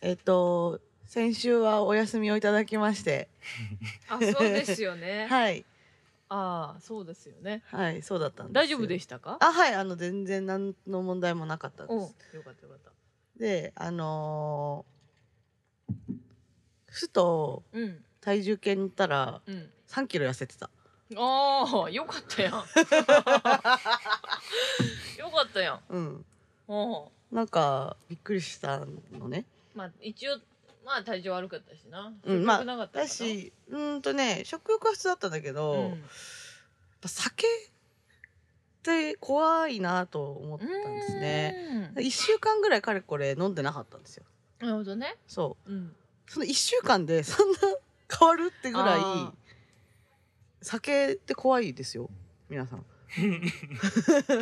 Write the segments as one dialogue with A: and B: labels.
A: えっと先週はお休みをいただきまして、
B: あ、そうですよね。
A: はい
B: ああ、そうですよね。
A: はいそうだったんです。
B: 大丈夫で
A: し
B: したか？
A: あはいあの全然何の問題もなかった
B: うん、
A: で
B: よ
A: す。
B: かったよかった。
A: であのーふと
B: うん、
A: 体重計に行ったら
B: うん。
A: 3キロ痩せてた。
B: ああ、よかったや ん。よかったやん。
A: うん
B: うん。
A: なんかびっくりしたのね。
B: まあ一応まあ体調悪かったしな。
A: うんまあ
B: 食欲なかったかな
A: だ。しうーんとね食欲は普通だったんだけ
B: う
A: ど、やっ
B: ん。
A: ぱ酒って怖いなと思ったんですね。
B: うーん。
A: 1週間ぐらいかれこれ飲んでなかったんですよ
B: なるほどね。
A: そ
B: うん。
A: うその1週間で そんな変わるってぐらい
B: あー
A: 酒って怖いですよ皆さん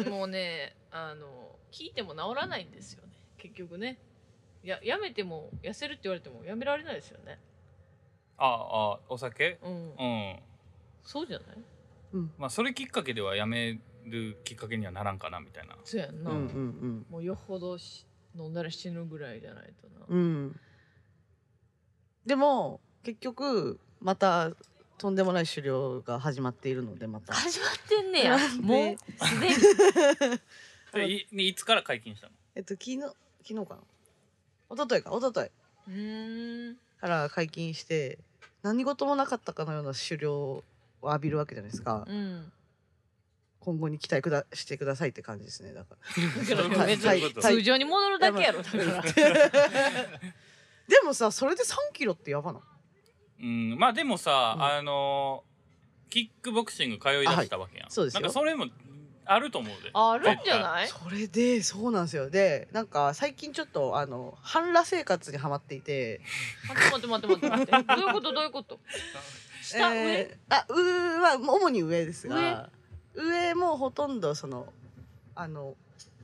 B: もうね、あの聞いても治らないんですよね。結局ね。ややめても痩せるって言われてもやめられないですよね。
C: ああお酒
B: うん。
C: うん
B: そうじゃない？
C: まあそれきっかけではやめるきっかけにはならんかなみたいな
B: そうやん
A: う
B: な。
A: んうん
B: もうよほどし飲んだら死ぬぐらいじゃないとな。
A: うんうんでも結局またとんでもない狩猟が始まっているのでまた
B: 始まってんねや
A: なん。で
B: もうすでに。
A: あの
C: でいいつから解禁したの
A: えっと昨日昨日かな一昨日か一昨日
B: うーん。
A: から解禁して何事もなかったかのような狩猟を浴びるわけじゃないですか、
B: うん。
A: 今後に期待くだしてくださいって感じですねだか
B: だから別
A: はい
B: に通常に戻るだけやろだ からら。
A: でもさそれで3キロってやばな
C: うんまあでもさ、
A: うん
C: あのキックボクシング通い出したわけやん、
A: そうですよ
C: なんかそれもあると思うで
B: あるんじゃない？
A: それでそうなんですよでなんか最近ちょっとあの半裸生活にハマっていて
B: 待って待って待って待って。どういうことどういうこと？下上？
A: えーあ上は主に上ですが上もほとんどそのあの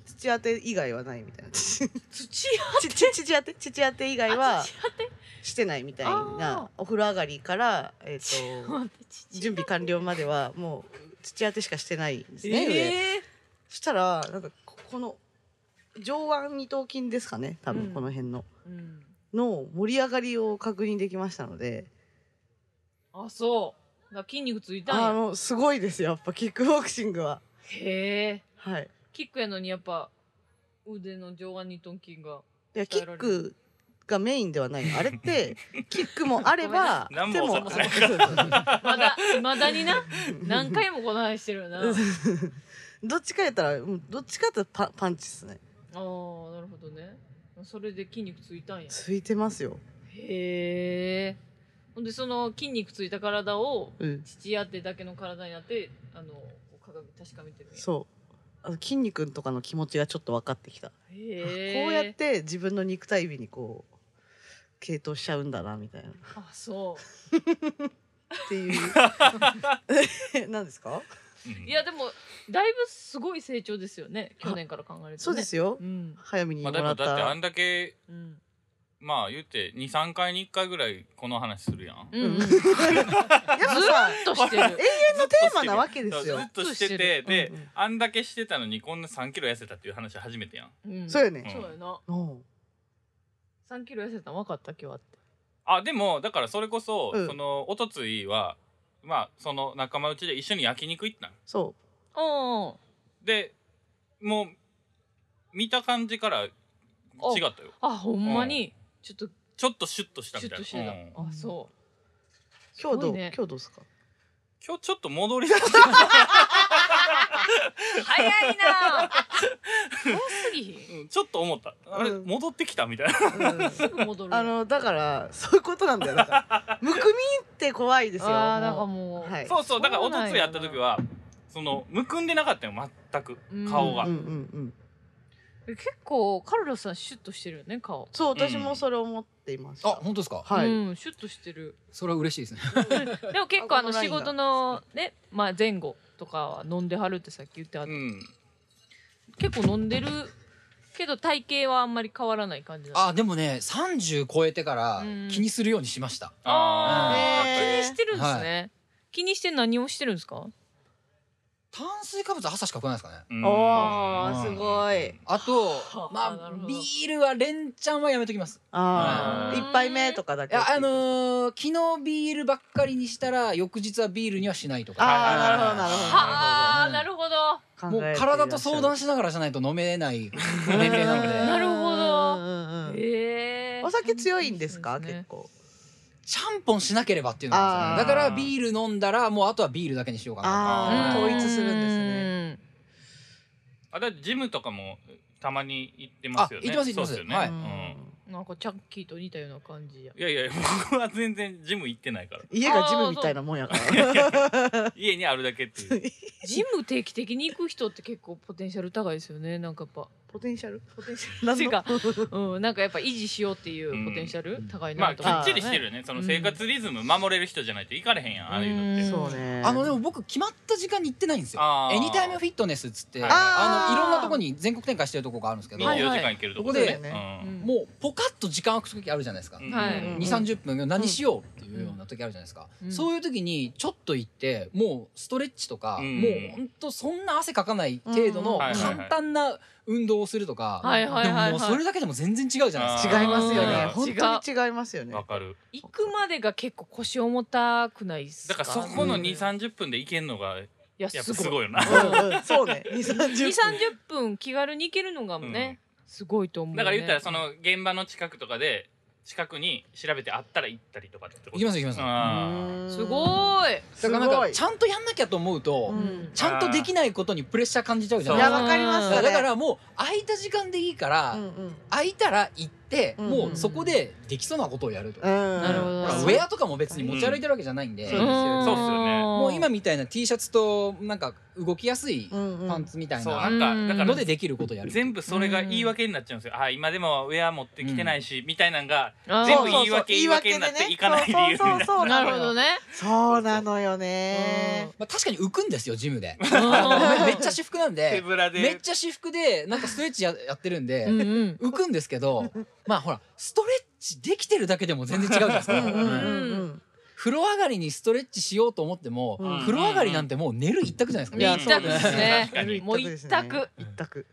A: 土当て以外はないみ たいなち
B: 土
A: ち土当て土当て以外は
B: 土当て？
A: してないみたい
B: あ
A: なお風呂上がりから、え
B: ちょ
A: ー
B: っ
A: と
B: と待って土。
A: 準備完了まではもう土当てしかしてないんですね、上
B: ええ。
A: そしたらなんかここの上腕二頭筋ですかね多
B: う
A: 分
B: ん
A: この辺の、
B: うん。
A: の盛り上がりを確認できましたので
B: あそう。だから筋肉ついた
A: あ
B: んや。
A: のすごいですよやっぱキックボクシングは
B: へえ。
A: はい
B: キックやのにやっぱ腕の上腕二頭筋が。
A: いやキ
B: 鍛えら
A: ッ
B: れる
A: クがメインではないのあれって キックもあれば
C: ごめん
A: 手
C: な
A: もあ
C: 何も
A: そ
C: 教
A: う
C: わ
B: まだまだにな。何回もこの話してるよ な。ああ
A: そうそうそうどっちかやったらうんどっちかやったらパパンチですね
B: なるほどね。それで筋肉ついたんや。
A: ついてますよ
B: へえ。ほんでその筋肉ついた体を
A: うん
B: 父当てだけの体になってあの鏡確かめてるんや。
A: そうあの筋肉とかの気持ちがちょっと分かってきた
B: へえ。
A: こうやっ。て自分の肉体美にこう傾倒しちゃうんだなみたいなっ
B: あそ
A: て いう何ですか
C: うん
B: う。いやでもだいぶすごい成長ですよね。去年から考えるとね。
A: そうですよ
B: うん。
A: 早めに
C: ま
A: も
C: あ、だ
A: ら
C: っ
A: って
C: だってあ
A: た
C: んだけ
B: うん。
C: まあ言って23回に1回ぐらいこの話するやん
B: うん うん。
A: うん
B: ずーっ
A: やっぱさ
B: としてる。
C: の
A: テーマなわけですよ
C: ずっとしてて
B: ずっとしてる
C: で、
A: うんうん
C: あんだけしてたのにこんな3キロ痩せたっていう話初めてやん
B: うん
A: そうよね
B: そうやな。
A: うん
B: 三キロ痩せたの分かった今日はって。
C: あでもだからそれこそ、
A: うん
C: そのおとついはまあその仲間内で一緒に焼肉行ったん
A: そ
B: うん。
C: でもう見た感じから違ったよ
B: あほんまに。ちょっと
C: ちょっとシュッとした
B: シ
C: み
B: ュ
C: た
B: ッ
C: い
B: と
C: な、
B: して
C: うん
B: た。あ
A: う
B: そう。
A: 今日ど
B: すご
A: う、
B: いね
A: 今日どうですか
C: 今日ちょっと戻りだした
B: 早いなぁ早すぎひん
C: うん ちょっと思ったあれ、
A: うん
C: 戻ってきたみたいな
B: すぐ戻る
A: あのだからそういうことなんだよだからむくみって怖いですよ
B: あーなんか
A: も
B: もう、
A: はい
C: そうそうだから
B: そ
C: お
B: うなんやな
C: とついやった時はそのむくんでなかったよ全く
B: うん
C: 顔が、
A: ううんうんうん
B: え結構カルロスさんシュッとしてるよね顔
A: そう私もそれ思っていました、
D: あ、本当ですか。
A: はい、
B: うんシュッとしてる
D: それは嬉しいですね。
B: でも結構あの
A: あこのライ
B: 仕
A: ンが
B: 事のねまあ前後とかは飲んではるってさっき言ってあっ
C: う
B: た、
C: ん
B: 結構飲んでるけど体型はあんまり変わらない感じなの
D: あ、でもね、三十超えてから
B: うん
D: 気にするようにしました。
B: あ
C: あ
A: ー
B: ー
A: ね
B: 気にしてるんですね、気にして何をしてるんですか
D: 炭水化物朝しか食わないですかね
C: うん
A: お
D: ーす
A: ごい
D: あと
B: はあ
D: ま
B: な
D: あ
B: るほど
D: ビールは連チャンはやめときます
A: ああ
C: うん
A: 一杯目とかだ
D: い
A: け
D: やあのー昨日ビールばっかりにしたら翌日はビールにはしないとか
A: ああなるほどなるほど
B: はあなるほど
A: 考え
D: もう
A: ていらっしゃる
D: 体と相談しながらじゃないと飲めない年齢な
A: う
D: の
A: ん
B: な
D: で
B: るほど
A: うんうんうん
B: ええ
A: お酒強いんですか
B: そう
A: 結
B: ね
A: 構
D: ちゃんぽんしなければっていうのがあるんですよねだ
A: あー
D: からビール飲んだらもうあとはビールだけにしようかな
A: ああ
B: うん
A: 統一するんですね
C: あだってジムとかもたまに行ってますよね
D: あ行ってます行
C: そうですよ
D: ってます
C: ね、
D: はい
C: うん
B: なんかチャッキーと似たような感じや
C: いやいや僕は全然ジム行ってないから
A: 家がジムみたいなもんやから
C: 家にあるだけって いう
B: ジム定期的に行く人って結構ポテンシャル高いですよねなんかやっ
A: ポテンシャルポテンシャル
B: てかぱうんなんかやっぱ維持しようっていうポテンシャル高い
C: ま
B: な
C: あき
B: と
A: か
B: 思
C: っちりしてるよねその生活リズム守れる人じゃないと行かれへんやんああいうのって
B: うん
A: そうね
D: あのでも僕決まった時間に行ってないんですよ
C: あー
D: エニタイムフィットネスっつって
C: あー
D: あのいろんなとこに全国展開してるとこがあるんですけど、
B: はい
C: 24時間行けるとこ
D: はい
A: はい
C: うん
D: もうポカッと時間空く時あるじゃないですか、
C: うん
B: はい
C: うん
D: 2 3 0分何しようっていうような時あるじゃないですか、
B: うん
D: そういう時にちょっと行ってもうストレッチとか、
C: うん
D: もうほんとそんな汗かかない程度
A: うん
D: の
C: はいはいはい
D: 簡単な運動をするとか、
B: はいはい
D: でも
B: はい
D: もうそ
B: は
D: れ
B: い
D: だけでも全然違うじゃないですか。
A: 違いますよね
C: うん
A: 本当に違いますよね
C: わかる
B: 行くまでが結構腰重たくないっす
C: だ
B: か
C: からそこの
A: うん
C: 2三3 0分で行けんのが
B: いや
C: やっ
B: す
C: ぱす
B: ごい
C: ごい よな
A: うんうんそうね二三十
B: 2 3 0分気軽に行けるのがねすごいと思うね
C: だから言ったらその現場の近くとかで近くに調べてあったら行ったりとかってこと
D: 行きます行きます
C: あ
B: すごい
D: だからなんかち
A: ん
D: ゃんとやんなきゃと思うと、
A: うん
D: ちゃんとできないことにプレッシャー感じちゃうじゃ
A: い
D: ない
A: や
D: です
B: そう
D: か。
A: わかりますね
B: そ
D: だからもう空いた時間でいいから、
A: うんうん
D: 空いたら行って、
A: うん
D: もうそこでできそうなことをやると
A: う
D: か、
A: ん
B: なるほど
D: ほらウェアとかも別に持ち歩いてるわけじゃないんで、
C: うんそうですよね
D: もう今みたいな T シャツとなんか動きやすい
A: うんうん
D: パンツみた
C: ー
D: い
C: そう
D: な
C: なんかだか
D: の
C: ら
D: でできることやる
C: 全部それが言い訳になっちゃうんですよあー今でもウェア持ってきてないしみたいなんが
B: あー
C: 全
A: そ
C: 部
A: う
C: 言い訳言い訳になって行かない理由みたいな
A: そうそうそうそう
B: なるほどね
A: そうなのよね
D: まあ、確かに浮くんですよジ ムで
B: うん
D: めっちゃ私服なん
C: 手
D: で
C: ぶら
D: めっ
C: で
D: ちゃ私服でなんかストレッチや やってるんで、
B: うんうん
D: 浮くんですけどまあほらストレッチできてるだけでも全然違うじゃないです
A: う
D: か
A: んうんうんうん
D: 風呂上がりにストレッチしようと思っても、
A: うん
D: 風呂上がりなんてもう寝る一択じゃないですか、
A: いや
B: 一択ですね
C: そうですね
B: もう一択
A: 一択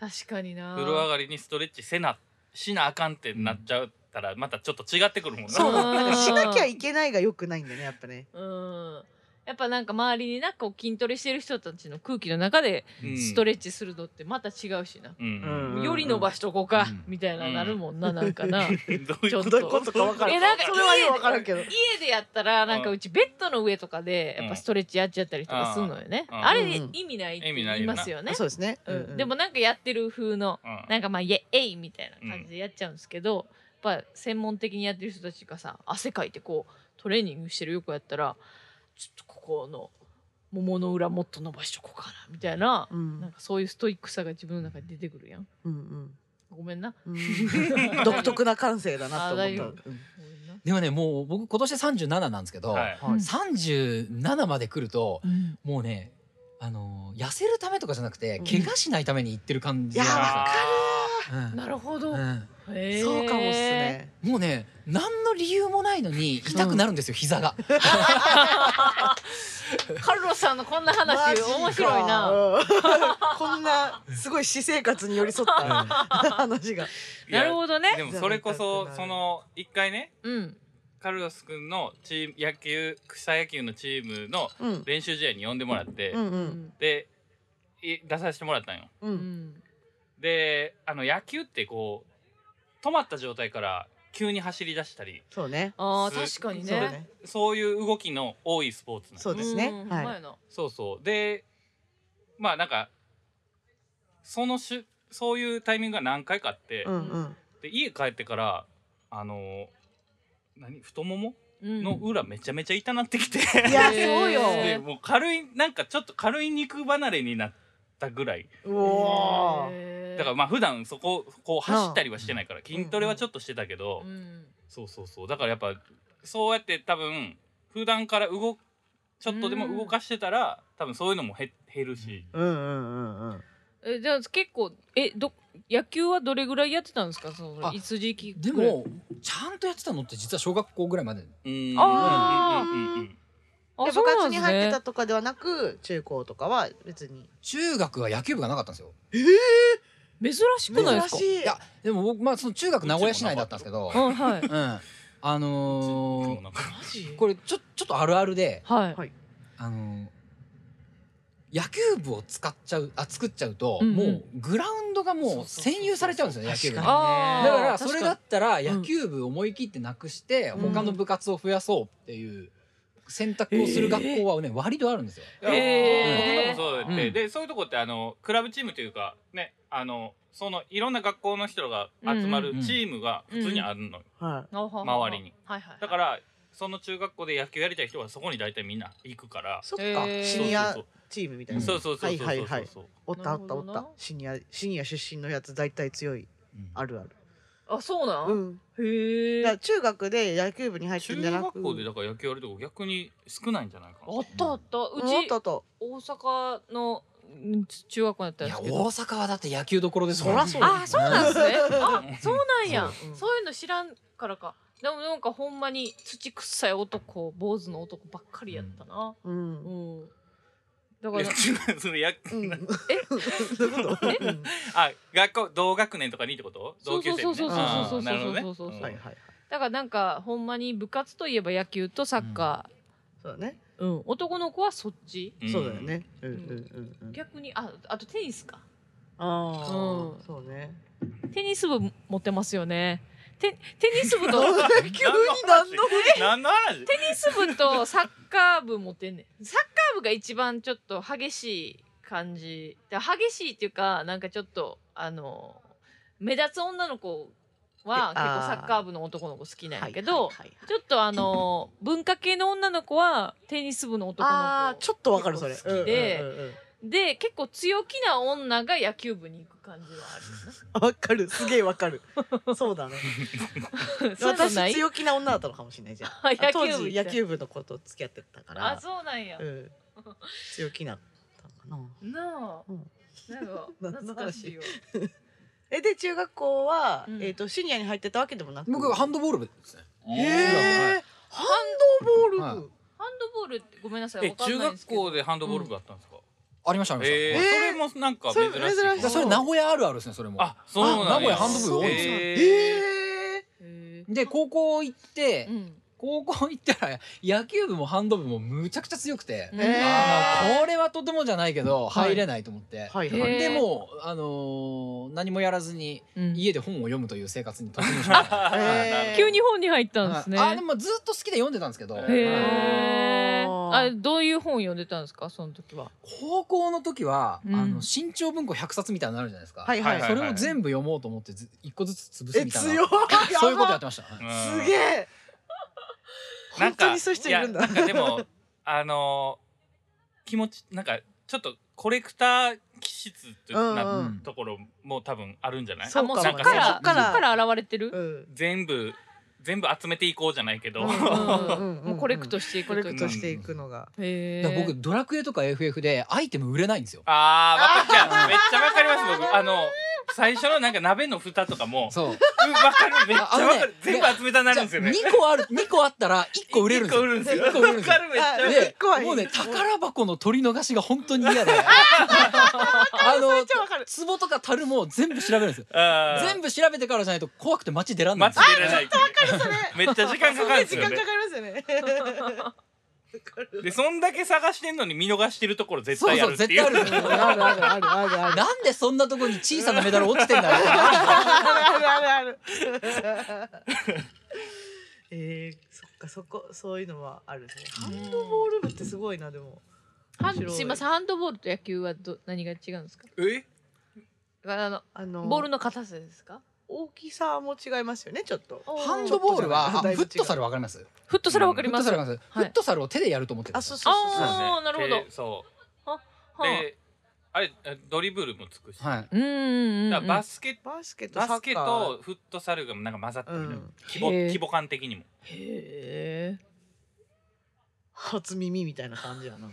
B: 確かにな
C: 風呂上がりにストレッチせなしなあかんってなっちゃったらまたちょっと違ってくるもんな
A: そう
B: うん
A: なんかしなきゃいけないが良くないんだよねやっぱね
B: うんやっぱなんか周りになこう筋トレしてる人たちの空気の中でストレ
C: ッチ
B: ッチするのってまた違うしな、
C: うん
A: うん
B: より伸ばしとこうか、
D: うん
B: みたいななるもんななんか な家
C: どうい
B: ちょ
C: う
B: っ
C: ことと
A: どういうことか分からん
B: えなんか
A: それはよく分からんけど
B: でやったらなんか
C: うん
B: うちベッドの上とかでやっぱストレッチやっちゃったりとかするのよね、
C: うん
B: あれ
A: うん
B: 意味ないって
C: 意味な
B: 言
C: い
B: い
C: よな
B: ますよね
A: あそうですね
B: う
A: うんう
B: ん
A: ん
B: でもなんかやってる風の
C: うん
B: なんかまあ「イエえい」みたいな感じでやっちゃうんですけど、やっぱ専門的にやってる人たちがさ汗かいてこうトレーニングしてるよくやったらちょっとここの桃の裏もっと伸ばしとこうかなみたいな,、
A: うん
B: なんかそういうストイックさが自分の中に出てくるやん
A: うん
B: ごめんな
A: うんうん 独特な感性だなと
B: あだい
A: 思っ
B: ぶ
A: たうん
B: ごめんな、
D: でもねもう僕今年で37なんですけど、
C: はい
A: はい
D: 37まで来るともうねあのー痩せるためとかじゃなくて、
A: うん
D: 怪我しないために行ってる感じ
A: いや
C: あ
D: なんです
B: な
D: よ
B: るほど、
D: うん
B: へー
A: そうかもっすね
D: うんもうね何の理由もないのに痛くなるんですよ、膝が
B: カルロスさんのこんな
A: マ
B: 話
A: ジか
B: 面白いな
A: うんこんなすごい私生活に寄り添った話が
C: ー
B: なるほどね
C: いやでもそれこそその一回ね
B: うん
C: カルロス君のチーム野球草野球のチームの
A: うん
C: 練習試合に呼んでもらって、
A: うんう
B: うんん
C: でい出させてもらったんよ
A: う
B: うんん
C: であの野球ってこう止まった状態から急に走り出したり
A: そうね
B: あー
C: す
B: 確かに
A: そう
B: ね
A: ね
C: そういう動きの多いスポーツなん
A: そうですね
B: ん
A: はい
B: ほんまやな
C: そうそうでまあなんかそのしゅそういうタイミングが何回かあって、
A: うんうん
C: で家帰ってからあの何太もも
B: うん
C: の裏めちゃめちゃ痛なってきて、
A: いや
B: へー
A: そうよ
B: へ
C: でもう軽いなんかちょっと軽い肉離れになったぐらいう
A: おー
C: だからまあ普段そここう走ったりはしてないから
A: ん
C: 筋トレはちょっとしてたけど、
B: うん
C: そうそうそうだからやっぱそうやって多分普段から動くちょっとでも動かしてたら多分そういうのも減減るし、
A: うんうんうんうん
B: えじゃあ結構えど野球はどれぐらいやってたんですかその
D: あ
B: いつ時期
D: で
B: ぐらい
D: もちゃんとやってたのって実は小学校ぐらいまで
C: うん
B: あー
C: うんうんうんうん
A: で部活に入ってたとかではなく中高とかは別に
D: 中学は野球部がなかったんですよ
B: 珍しくないで
A: 珍
B: すか
A: しい
D: いやでも僕まあその中学名古屋市内だったんですけど
B: うんはい
D: うんあの
C: なんか
B: マジ
D: ー、これちょちょっとあるあるで
B: はい
A: はい
D: あのー、野球部を使っちゃうあ作っちゃうと、
B: うんうん
D: もうグラウンドがもう占有されちゃうんですよね野
A: 確
D: 球部
A: か
D: に
A: に
D: だ
B: あ
A: ね
B: ー
D: からそ
B: 確か
D: れ
B: に
D: だったら野球部思い切ってなくして、
A: うん
D: 他の部活を増やそうっていう選択をする学校はね、割とあるんですよ。
C: いや
B: へー
C: 僕とかもそうだって、
D: うん
C: でそういうとこってあのクラブチームというかねあのそのいろんな学校の人が集まるチームが普通にあるのよ、
A: は
C: 周りに
B: はいはいはい
C: だからその中学校で野球やりたい人はそこに大体みんな行くから
A: い、そっ
B: え
A: か
B: ー
A: シニア
C: そう
A: チームみたい
D: うん
A: な
C: そうそうそうそうそうそう
A: はいはいはい
C: そう
A: おった
B: な
A: お
B: る
A: っ
B: ほ
A: た
B: ど
A: おっ
B: な
A: たシニアシニア出身のやつ大体強いあるある
B: あそうな
A: うんん
B: へ
A: だ
B: え
A: から中学で野球部に入ってるんじ
C: 中
A: ゃな
C: 学
A: く
C: 校でだから野球やるとこ逆に少ないんじゃないかな
B: あったあったう
A: うんおっ
B: ち
A: とっと
B: 大阪のうん中学校だったん
D: い
B: で
D: や
B: すけ
D: 大
B: ど
D: 阪はだって野球どころですもん
A: そらそう
B: あそうなんですねあそうなんや
A: そううん
B: そういうの知らんからかでもなんかほんまに土臭い男坊主の男ばっかりやったな
A: うん
B: う
A: うん
B: んだか
C: い
B: ら
C: や中学そのや
A: え どういうこと
B: え
A: うん
C: あ学校同学年とかにってこと同級生
B: そう
C: に
B: そうそ
C: ね
B: う
A: そう
C: あ
A: そう
B: そう
C: ーなるほどね
B: そうそうそうそう
A: はい
C: ん
A: はいはい
B: だからなんかほんまに部活といえば野球とサッカ
A: そうだね
B: ーうん男の子はそっち
C: ん
A: そうだよねうんうんうんうん
B: 逆にああとテニスか
A: ああ
B: うん
A: そうね
B: テニス部持ってますよねテテニス部と
A: 急に何の
C: 何の話
B: テニス部とサッカー部持ってんねんサッカー部が一番ちょっと激しい感じで激しいっていうかなんかちょっとあの目立つ女の子は
A: えあ
B: 結
A: ー
B: 構サッカー部の男の子好きなんやけど、
A: はいはいはい
B: ちょっとあの文化系の女の子はテニス部の男の子
A: あーちょっとわかるそれ
B: 結構好きで、
A: うんうんうんうん
B: で結構強気な女が野球部に行く感じは
A: わかるすげえわか るそうだね
B: あるよなそういうのな
A: 私
B: い
A: 強気な女だったのかもしれないじゃん
B: 野球部
A: 当時
B: みたい
A: 野球部の子と付き合ってたから
B: あそうなんや、
A: うん強気なったのかな
B: なあ、
A: うん
B: なんか
A: 何の話
B: 懐かしいよ
A: えで中学校は、
B: うん
A: えっ、とシニアに入ってたわけでもなく
D: 僕ハンドボール部ですね。
A: へ
D: は
A: えハンドボール部、
D: はい
B: ハンドボールってごめんなさい
C: え
B: わかん
C: 中
B: ないんで
C: 学
B: すけど
C: 校でハンドボール部だったんですか
D: ありましたありました。
C: え
D: はい
A: えー
C: ーそれもなんか珍しい
A: それ珍しい
D: だからそれ名古屋あるあるですねそれも。
C: あそうなんや
D: あ名古屋ハンドボール多いんですよ
C: えー
A: え
B: へえ
D: で高校行って、
B: うん
D: 高校行ったら野球部もハンド部もむちゃくちゃ強くて、
A: えー
D: あのこれはとてもじゃないけど
A: はい
D: 入れないと思って、
A: ー、はいはい、
B: へー
D: でもう、あのー何もやらずに
B: うん
D: 家で本を読むという生活に突入し ました。
C: あーなるほど
B: 急に本に入ったんですね
D: あでもずっと好きで読んでたんですけど、
C: へ
B: へ
D: はい
B: え
A: あー
B: あどういう本読んでたんですかその時は
D: 高校の時は、
B: うん
D: あの新潮文庫100冊みたいなのあるじゃないですか、
A: はいはい
C: はい
D: それを全部読もうと思ってず一個ずつ潰す
A: え
D: みたいな
A: 強い
D: そういうことやっ
A: や
D: てました、はい
A: ば
C: うん
A: すげえ
C: な
A: 本
C: んか
A: 当にそういう人いるんだ
C: やなんかでもあの気持ちなんかちょっとコレクター気質というな
A: うん
D: うん
C: ところも多分あるんじゃない
A: そう
B: あもう
A: か
B: そ
A: も
B: っ
A: ね
B: からそっ
A: そっから
B: から現れてる、
A: うん
C: 全部全部集めていこうじゃないけど、
A: うん
B: うん
A: うんうん
B: もうコレクトしていく
A: コ
B: とい
A: レ
B: うか
A: クトしていくのが、
B: へ
D: だ
B: え
D: から僕ドラクエとか FF でアイテム売れないんですよ
C: あーわかっちゃうめっちゃわかります僕あの最初のなんか鍋の蓋とかも
D: そう
C: うんわかるめっちゃわかる、
D: あのね
C: 全部集めたなるんですよね
D: じゃあ二個ある二個あったら一個売れるんですよ。
C: 一
D: 一
C: 個
D: 個
C: 売
D: 売
C: れる
D: れる
C: んで
D: んですす
C: よわかる
D: よ
C: めっちゃわか
A: あ
C: る
A: 一個はいい
D: もうね宝箱の取り逃しが本当に嫌 で、あの壺とか樽も全部調べるんですよ。
C: あー
D: 全部調べてからじゃないと怖くて街出らんないん
C: 待ち
D: です
C: 出
D: よ。
C: れないめっちゃ時間かかるんです
A: す
C: よ
A: ごい時間
C: ね
A: かかりますよねわかる
C: でそんだけ探してんのに見逃してるところ絶
D: そう
C: 対あ
D: そ
C: る
D: う
C: って
D: 絶
C: いう
D: 対あるんですよ。
A: あるあるあるあるある
D: なんでそんなとこに小さなメダル落ちてんだろう。
A: あるあるある。えー、そっかそこそういうのはあるね。ハンドボール部ってすごいなでも。
B: は
A: 面白い
B: すいませんハンドボールと野球はど何が違うんですか
C: え
B: あの
A: あの
B: ボールの硬さですか
A: 大きさも違いますよねちょっと。
D: ハンドボールはあフットサルわかります。
B: フットサルわかり
D: フット
B: ます
D: サルわかります。フ
B: はい
D: ットサルを手でやると思ってるん
A: あ
D: です
A: そ
D: よ。
A: うそうそうそう。
B: あーなるほど
C: でそ
B: は
C: う
B: あ
C: であれドリブルもつくし、
D: はい。
B: うんうんうん
C: だからバスケット
A: バスケとサッカー。
C: バスケとフットサルがなんか混ざったみたいな、
A: うん
C: 規模
B: へー
C: 規模感的にも
B: へえ
A: 初耳みたいな感じやな。
C: い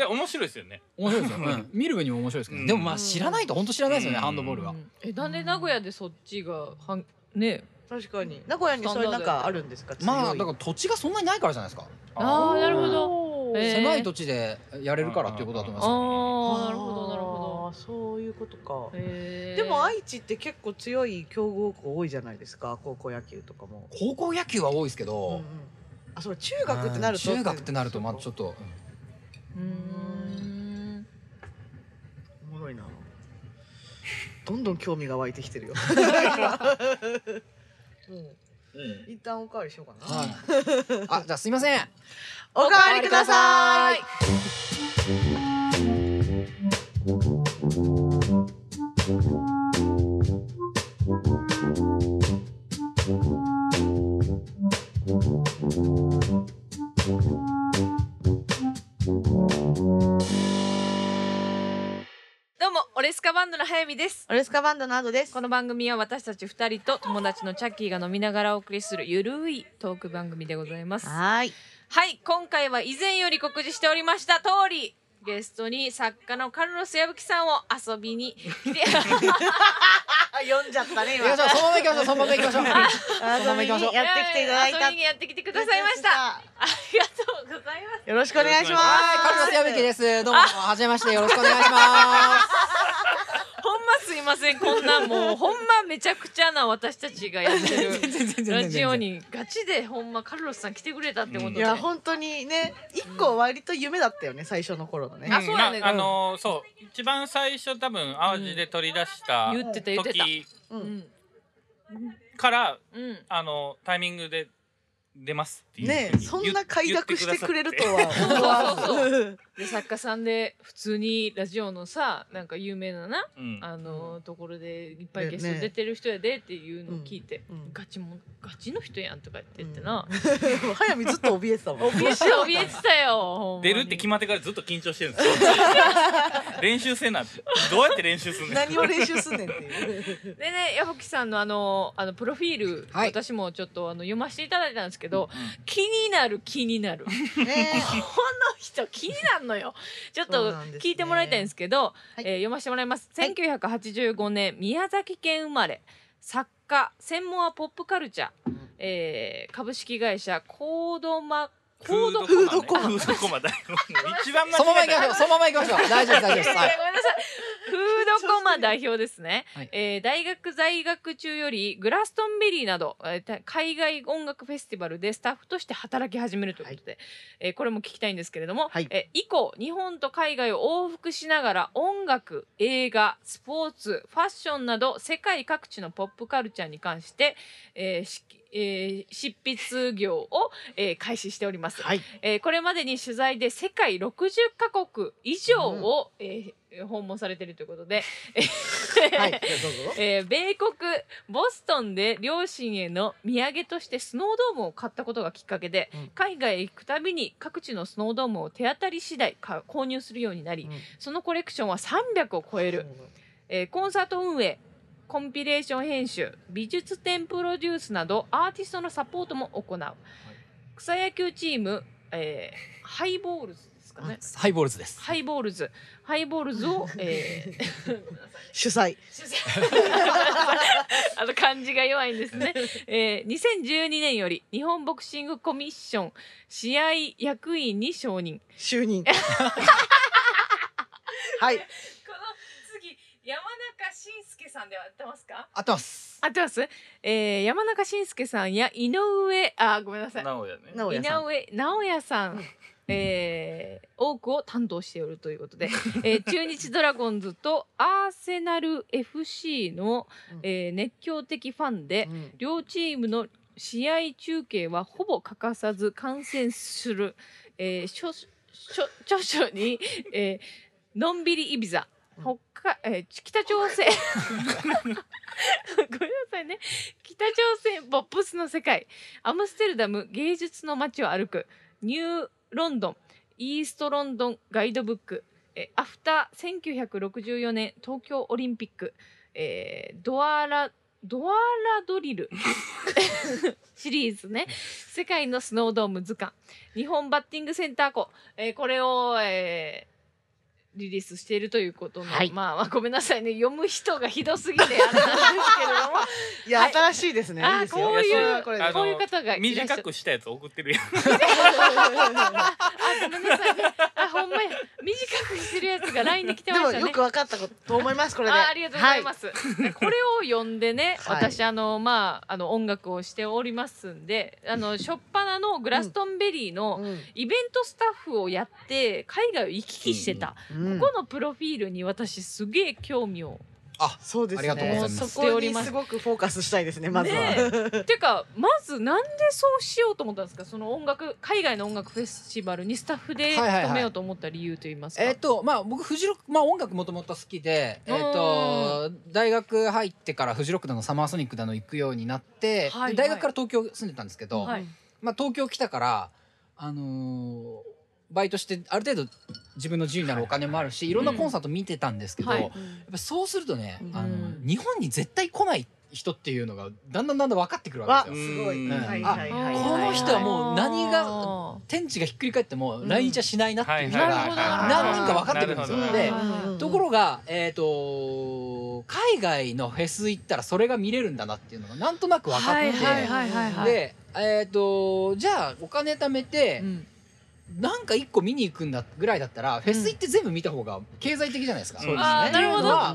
C: や面白いですよね
D: 面白いですよ。うん見る上にも面白いですけ
C: う
D: ど、
C: ん
D: でもまあ知らないと本当知らないですよね
C: うん
D: ハンドボールは。
B: えなんで名古屋でそっちがはんね
A: 確かに名古屋にそういうなんかあるんですか。
D: まあ
A: 強い
D: だから土地がそんなにないからじゃないですか。
B: ああ
C: ー
B: なるほどへえ
D: 狭い土地でやれるからっていうことだと思いますよ
B: ああなるほどなる
A: あ
B: ほ
A: ーそういうことか
B: ど。へー
A: でも愛知って結構強い強豪校多いじゃないですか高校野球とかも。
D: 高校野球は多いですけ
A: うんう
D: ど
A: ん、あそれ中学ってなると
D: 中学ってなるとまあちょ
A: っ
D: っ
B: う
D: と
B: ーん
A: とおもろいなどんどん興味が湧いてきて るよもう
C: うん
A: 一旦おかわりしようかな、
D: はいあじゃあすいま せん
A: おかわりください
B: どうもオレスカバンドの早見です
A: オレスカバンドなどです
B: この番組は私たち二人と友達のチャッキーが飲みながらお送りするゆるいトーク番組でございます
A: はーい
B: はい今回は以前より告知しておりました通りゲストに作家のカルロス矢吹さんを遊びに 来て
A: あ読んじゃったね
D: 行きましょうそのまま行きましょうそのまま行きま しょ
A: 遊
D: う
A: びにやってきていただいた
B: 遊びにやってきてくださいましたありがとうござい ます
A: よろしくお願いします
D: はいカルロス矢吹ですどうもはじめましてよろしくお願いしま
B: ほんますいませんこんなもうほんまめちゃくちゃな私たちがやってるラジオにガチでほんまカルロスさん来てくれたってこと
C: うん
A: い
B: で、
A: や本当にね一個割と夢だったよね最初の頃のね、
B: あそうなんだ
C: まああのーそう一番最初多分淡路で取り出した
B: 言ってた言ってた
C: 時
A: う、
B: うんん
C: から
B: うん
C: あのタイミングで出ますっていう
A: ね
C: ふうに
A: そん
C: 言っ
A: な快諾してくれると
C: 言って
A: は思 わず
B: で作家さんで普通にラジオのさなんか有名なな
C: くださってうん
B: あのところでいっぱい
A: ね
B: ゲスト出てる人やでっていうのを聞いて、
A: うん
B: ガチもんガチの人やんとか言ってってな、
A: 早見ずっと怯えてたもん
B: 怯えてた怯えてたよほんまに
C: 出るって決まってからずっと緊張してるんですよ練習せなってどうやって練習すんねん
A: 何を練習すんねんっていう
B: でね矢吹さんのあのあのプロフィール、
D: はい
B: 私もちょっとあの読ませていただいたんですけど、
C: う
B: 気になる気になるこ
A: ね
B: の人気になるのよちょっ
A: そう
B: と
A: なんですね
B: 聞いてもらいたいんですけど、
A: い
B: えー読ませてもらいます、
A: はい
B: 1985年宮崎県生まれ作家専門はポップカルチャー、
A: うん
B: えー株式会社コードマコ
C: フ
B: ード
C: ードコ
A: コ
C: マねフードコマだよ一番
D: すそのま
C: 間違
D: ま
C: え
D: 行きましょうそのまま行きましょう大丈夫です大丈夫
B: い
D: で
B: や
D: す
B: いや
D: はい
B: ごめんなさい。フードコマ代表ですね、
D: はい
B: えー大学在学中よりグラストンベリーなど、えーた海外音楽フェスティバルでスタッフとして働き始めるということで、えーこれも聞きたいんですけれども、
A: はい
B: えー以降日本と海外を往復しながら音楽映画スポーツファッションなど世界各地のポップカルチャーに関して、えーしえー執筆業を、えー開始しております。
A: はい
B: えーこれまでに取材で世界60カ国以上を、えー訪問されているということで、
A: はいじゃあどうぞ
B: えー米国ボストンで両親への土産としてスノードームを買ったことがきっかけで、
A: うん
B: 海外へ行くたびに各地のスノードームを手当たり次第か購入するようになり、そのコレクションは300を超える、えーコンサート運営コンピレーション編集美術展プロデュースなどアーティストのサポートも行う、草野球チーム、えーハイボールズですかね
D: ハイボールズです
B: ハイボールズハイボールズ を、えー
A: 主催
B: あの漢字が弱いんですね、えー2012年より日本ボクシングコミッション試合役員に承認
A: 就任 はい
B: この次山中伸介さんでは合ってますか
D: 合ってます
B: 合ってます、えー山中伸介さんや井上あごめんなさい
C: なおやね
A: 直
B: 井
A: 哉さん
B: 上直哉さん、えー多くを担当しておるということで、え ー中日ドラゴンズとアーセナル FC の、えー熱狂的ファンで
A: うん
B: 両チームの試合中継はほぼ欠かさず観戦する、えー、書書著書に、えーのんびりイビザ北海、えー北朝鮮 ごめんなさいね北朝鮮ポップスの世界アムステルダム芸術の街を歩くニューロンドンイーストロンドンガイドブックえーアフター1964年東京オリンピック、えードアラドアラドリルシリーズね世界のスノードーム図鑑日本バッティングセンター校、えーこれを、えリリースしているということの、
E: はい
B: まあまあごめんなさいね読む人がひどすぎてあれなんです
A: いや、新しいですね。いい
B: あ
A: ですよ
B: こうい
A: そ
B: う
A: れはこれで
B: け
C: あ
B: ども
C: の
B: こういう方がいらっしゃ
C: 短くしたやつ送ってるやん
B: ごめんなさいねあほんまや短くしてるやつが LINE で来て
A: で
B: ま
A: も
B: した
A: よ
B: ね
A: く分かったと思いますこれで。。
B: あありがとうございますす、 これを読んでね、
A: はい
B: 私あのまああの音楽をしておりますんであ の初っ端のグラストンベリーのイベントスタッフをやって海外を行き来してた、
A: うん
B: ここのプロフィールに私すげえ興味を
A: そうですね。
D: ありがとうございます
A: もそこにすごくフォーカスしたいですね。まずは。
B: ねていうかまずなんでそうしようと思ったんですかその音楽海外の音楽フェスティバルにスタッフで
D: はいはいはい
B: 勤めようと思った理由と言いますか、
D: えっとまあ僕フジロックまあ音楽もともと好きで、えっと大学入ってからフジロックだのサマーソニックだの行くようになって、
B: はいはい
D: で大学から東京住んでたんですけど、
B: はい
D: まあ、東京来たから、あのーバイトしてある程度自分の自由になるお金もあるし、いろんなコンサート見てたんですけど、
B: はい
D: やっぱそうするとね、あ
B: う
D: の
B: ん
D: 日本に絶対来ない人っていうのがだんだんだんだん分かってくるわけ
A: わ
D: ですよ。
A: すごい。
C: うん
A: はいはいはい。
D: この人はもう何が
B: あ
D: 天地がひっくり返っても
A: うん
D: 来日はしないなっていう人
B: はいはいはい
D: が何人か分かってくるんですよ。
C: なるほど
D: で
B: なるほど
D: ところが、えー、と海外のフェス行ったらそれが見れるんだなっていうのがなんとなく
B: ー
D: 分かっ
B: は
D: て、
B: いはいはいはいはい
D: で、えー、とじゃあお金貯めて、
B: うん
D: なんか一個見に行くんだぐらいだったら、フェス行って全部見た方が経済的じゃないですか。
C: そうですね
B: あーなるほど
D: まあ
B: あー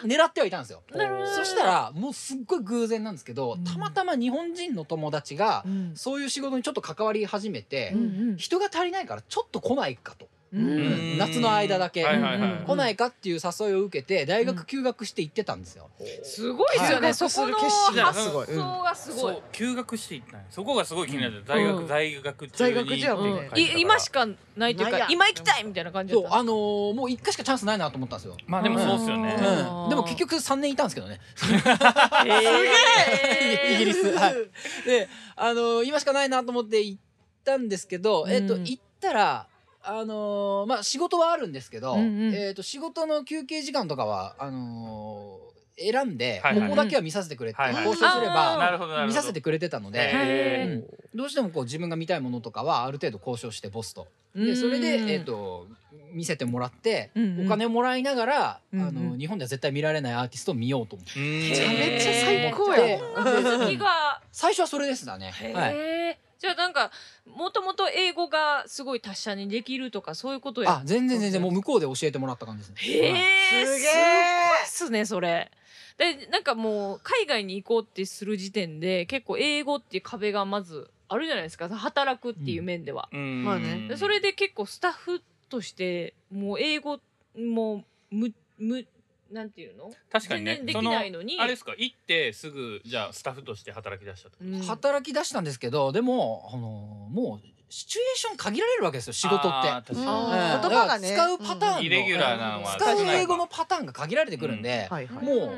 D: 元々狙ってはいたんですよ。
B: なるほど
D: そしたらもうすっごい偶然なんですけど、
B: うん
D: たまたま日本人の友達が
B: うん
D: そういう仕事にちょっと関わり始めて、
B: うん
D: 人が足りないからちょっと来ないかと、
B: うん
C: う
D: うん
C: ん
D: 夏の間だけ、
C: はいはいはい
B: うん
D: 来ないかっていう誘いを受けて大学休学して行ってたんですよ。
B: すごいですよね、
A: はい
B: そこ
A: する
B: の
A: 決心
C: が
B: 発
C: す
A: ごいうん
B: 想がすごい、
C: そう休学していったんやそこがすごい気になってた大学、
B: うん
C: 大学中
A: 在
C: に
A: 学時はもうね
C: って書いてたから
B: い今しかないとい
A: な
B: う
A: い
B: か
A: や
B: 今行きたいみたいな感じだ
D: そ
B: っ
D: う
B: た
D: あのーもう一回しかチャンスないなと思ったんですよ。
C: まあでもそうっすよね、
B: う
D: うんん、
B: あ
D: で
B: ー
D: も結局3年いたんですけどね。
B: えー
D: イギリスはいで、あのー今しかないなと思って行ったんですけど、えっ、と
B: うん
D: 行ったら。あのーまあ仕事はあるんですけど、
B: うんうん
D: えっ、と仕事の休憩時間とかはあのー選んで、
C: はいはい
D: ここだけは見させてくれって
C: はいはい
D: 交渉すれ
B: あー
D: ば
C: なるほどなるほど
D: 見させてくれてたので、
C: へ
D: うんどうしてもこう自分が見たいものとかはある程度交渉してボスと、
B: うん
D: でそれでえっ、と見せてもらって、
B: うんうん
D: お金もらいながら、あ
B: うんう
D: の
B: ん
D: 日本では絶対見られないアーティストを見ようと思って。
C: うーん
A: めちゃめちゃ最高
D: へ
A: や
D: ー。
B: 好きが
D: 最初はそれですだね。はい。
B: へえじゃあなんかもともと英語がすごい達者にできるとかそういうこと
D: あ
B: や、
D: 全然全然もう向こうで教えてもらった感じですね。
B: へ
D: はい
B: え
A: すげ
B: っすねそれでなんかもう海外に行こうってする時点で結構英語っていう壁がまずあるじゃないですか働くっていう面では、
C: うん
A: まあね
B: でそれで結構スタッフとしてもう英語もむむなんていうの
C: 確かにね
B: 全然できないのに
C: あれですか行ってすぐじゃあスタッフとして働き出したと
B: うん
D: え。働き出したんですけどでもあのもうシチュエーション限られるわけですよ仕事って。
C: あー確
A: うん
C: か
D: うん
A: 言葉がね
D: だから使うパターンの
C: にイレギュラーなのは
D: 使う
C: 少ない
D: 英語のパターンが限られてくるんで、
A: はいはい。
D: もう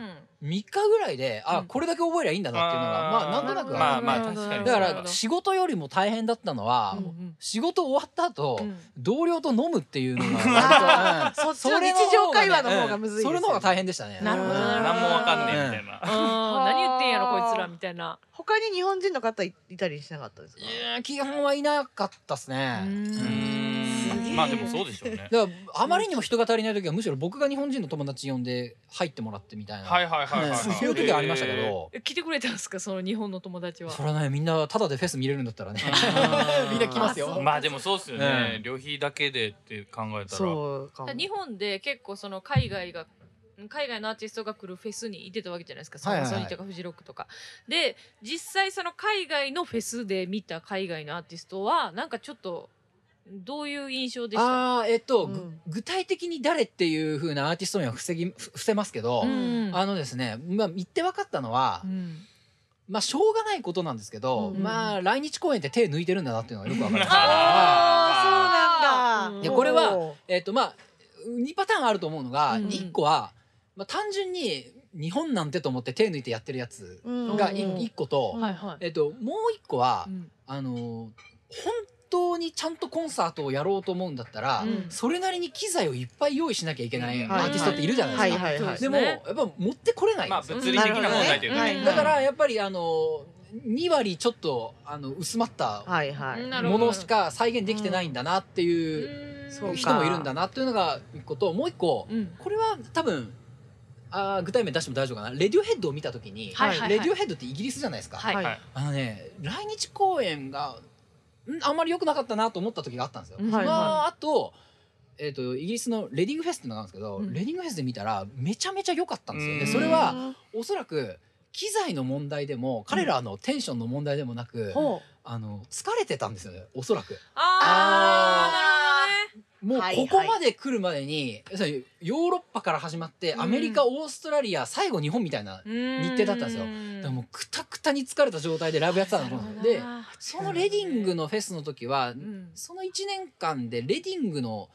D: 3日ぐらいであ
B: うん
D: これだけ覚えりゃいいんだなっていうのがまあなんとな
B: るほ
D: く
B: ど
C: まあまあ
B: なるほど
C: 確かに
D: だか
B: なるほ
D: ら
B: ど
D: 仕事よりも大変だったのは、
B: うん
D: 仕事終わった後、
B: うん
D: 同僚と飲むっていうのが
A: あ
D: 割と、
A: ー
D: う
A: そっちの日常会話の方がむずいです
D: そ
A: よ
D: れの方が大変でしたね。
B: なるほど
A: うん
B: なるほど
C: 何もわかんねえみたいな、
B: あー何言ってんやろこいつらみたいな。
A: 他に日本人の方いたりしなかったですか。
D: いやー基本はいなかったですね。
B: う
D: うん
B: ん
C: うーんまあでもそうでしょうね
D: だからあまりにも人が足りない時はむしろ僕が日本人の友達呼んで入ってもらってみたいな、
C: はいはいはいはい、はい、
D: うんそういう時はありましたけど、
B: え来てくれたんですかその日本の友達は。
D: それはねみんなタダでフェス見れるんだったらね
C: うん
D: みんな来ます
B: あ
D: よ。
C: まあでもそうっすよね、
D: うん
C: 旅費だけでって考えたら
A: そうかも。
B: 日本で結構その海外が海外のアーティストが来るフェスに行ってたわけじゃないですか、サ
D: はいはい
B: マ
D: はい
B: ソニーとかフジロックとか。で実際その海外のフェスで見た海外のアーティストはなんかちょっとどういう印象でした
D: あーえっと、
A: うん
D: ぐ具体的に誰っていう風なアーティストには防ぎふ伏せますけど、
B: うん
D: あのですね、まあ、言って分かったのは、
B: うん
D: まあしょうがないことなんですけど、
A: うん
D: まあ来日公演って手抜いてるんだなっていうのがよく分かりました。はい
A: ああ、そうなんだ。
D: いやこれはえっ、とまあ2パターンあると思うのが、
B: うんうん
D: 1個は、まあ、単純に日本なんてと思って手抜いてやってるやつ
A: うん
D: が
A: うん
D: 1個と、
B: はいはい。
D: えっともう1個は、
B: うん
D: あのー本当にちゃんとコンサートをやろうと思うんだったら、
B: うん
D: それなりに機材をいっぱい用意しなきゃいけない
C: うん
D: アーティストっているじゃないですか。
A: はいはいはい
B: そう
D: でも、
B: ね
D: やっぱ持ってこれないん
C: まあ
D: ですよ、
C: 物理的な問題というか、
A: な
C: ね
A: るほどね
D: だからやっぱりあのー2割ちょっとあの薄まった
A: はいはい。
B: なるほ
D: も
B: ど
D: のしか再現できてないんだなっていう
A: そうか
D: 人もいるんだなっていうのが一個ともう一個
B: うん
D: これは多分あー具体名出しても大丈夫かなレディオヘッドを見た時に、
B: はいはいはい
D: レディオヘッドってイギリスじゃないですか、
B: はい
A: は
C: はいい。
D: あのね来日公演がんあんまり良くなかったなと思った時があったんですよ。
B: うん
A: はい
D: その後えっとイギリスのレディングフェスってのがあるんですけど、
B: うん
D: レディングフェスで見たらめちゃめちゃ良かったんですよ。
C: う
D: で
C: ん
D: それはおそらく機材の問題でも彼らのテンションの問題でもなく、
A: ほ
D: あの疲れてたんですよねおそらく。
B: あ
D: もう
A: はい
D: ここまで来るまでに、要するにヨーロッパから始まって
B: うん
D: アメリカ、オーストラリア最後日本みたいな
B: ーなるほどね
D: 日程だったんですよだからもうくたくたに疲れた状態でライブやってたんだと思うんですよでそのレディングのフェスの時は
B: うん
D: その1年間でレディングの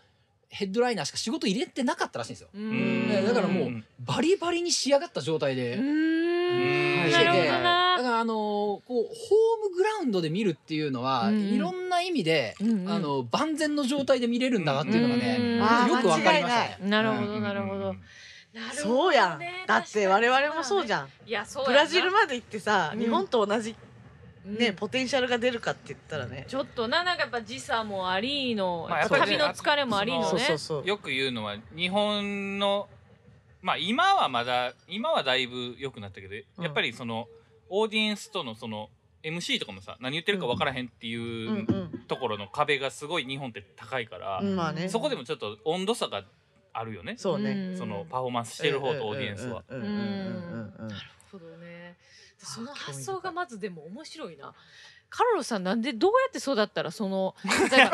D: ヘッドライナーしか仕事入れてなかったらしいんですよ
B: うん
D: ねだからもう
C: うん
D: バリバリに仕上がった状態で
B: うーん
D: 来て
B: な
D: て
B: るほど
D: だ
B: な
D: からあのーこうホームグラウンドで見るっていうのは
B: うん
D: いろんな意味で
B: うんうん
D: あの万全の状態で見れるんだなっていうのがね
B: うん
D: よくわかりました
A: あー間違いな
D: ね。
B: なるほ
C: う
B: ど
C: ん
B: なるほど。
A: う。そうやん。だって我々もそうじ
B: ゃん
A: ゃん。
B: いやそう
A: ブラジルまで行ってさ、
B: うん
A: 日本と同じね
B: ね
A: ポテンシャルが出るかって言ったらね。
B: ちょっとななんかやっぱ時差もありの
C: まあやっぱり
B: 旅の疲れもありの
C: そ
A: そうう
B: ね
A: そうそう。
C: よく言うのは日本のまあ今はまだ今はだいぶ良くなったけど、
A: うん
C: やっぱりそのオーディエンスとのその MC とかもさ何言ってるか分からへんって
A: う
C: い
A: んう。
C: ううんところの壁がすごい日本って高いから、
A: うんまあね。
C: そこでもちょっと温度差があるよね、
A: そうね。
B: ん
C: そのパフォーマンスしてる方とオーディエンスは。
A: うんうんうんうんうん。
B: なるほどねその発想がまずでも面白いなカロロさんなんでどうやって育ったらそ の例えば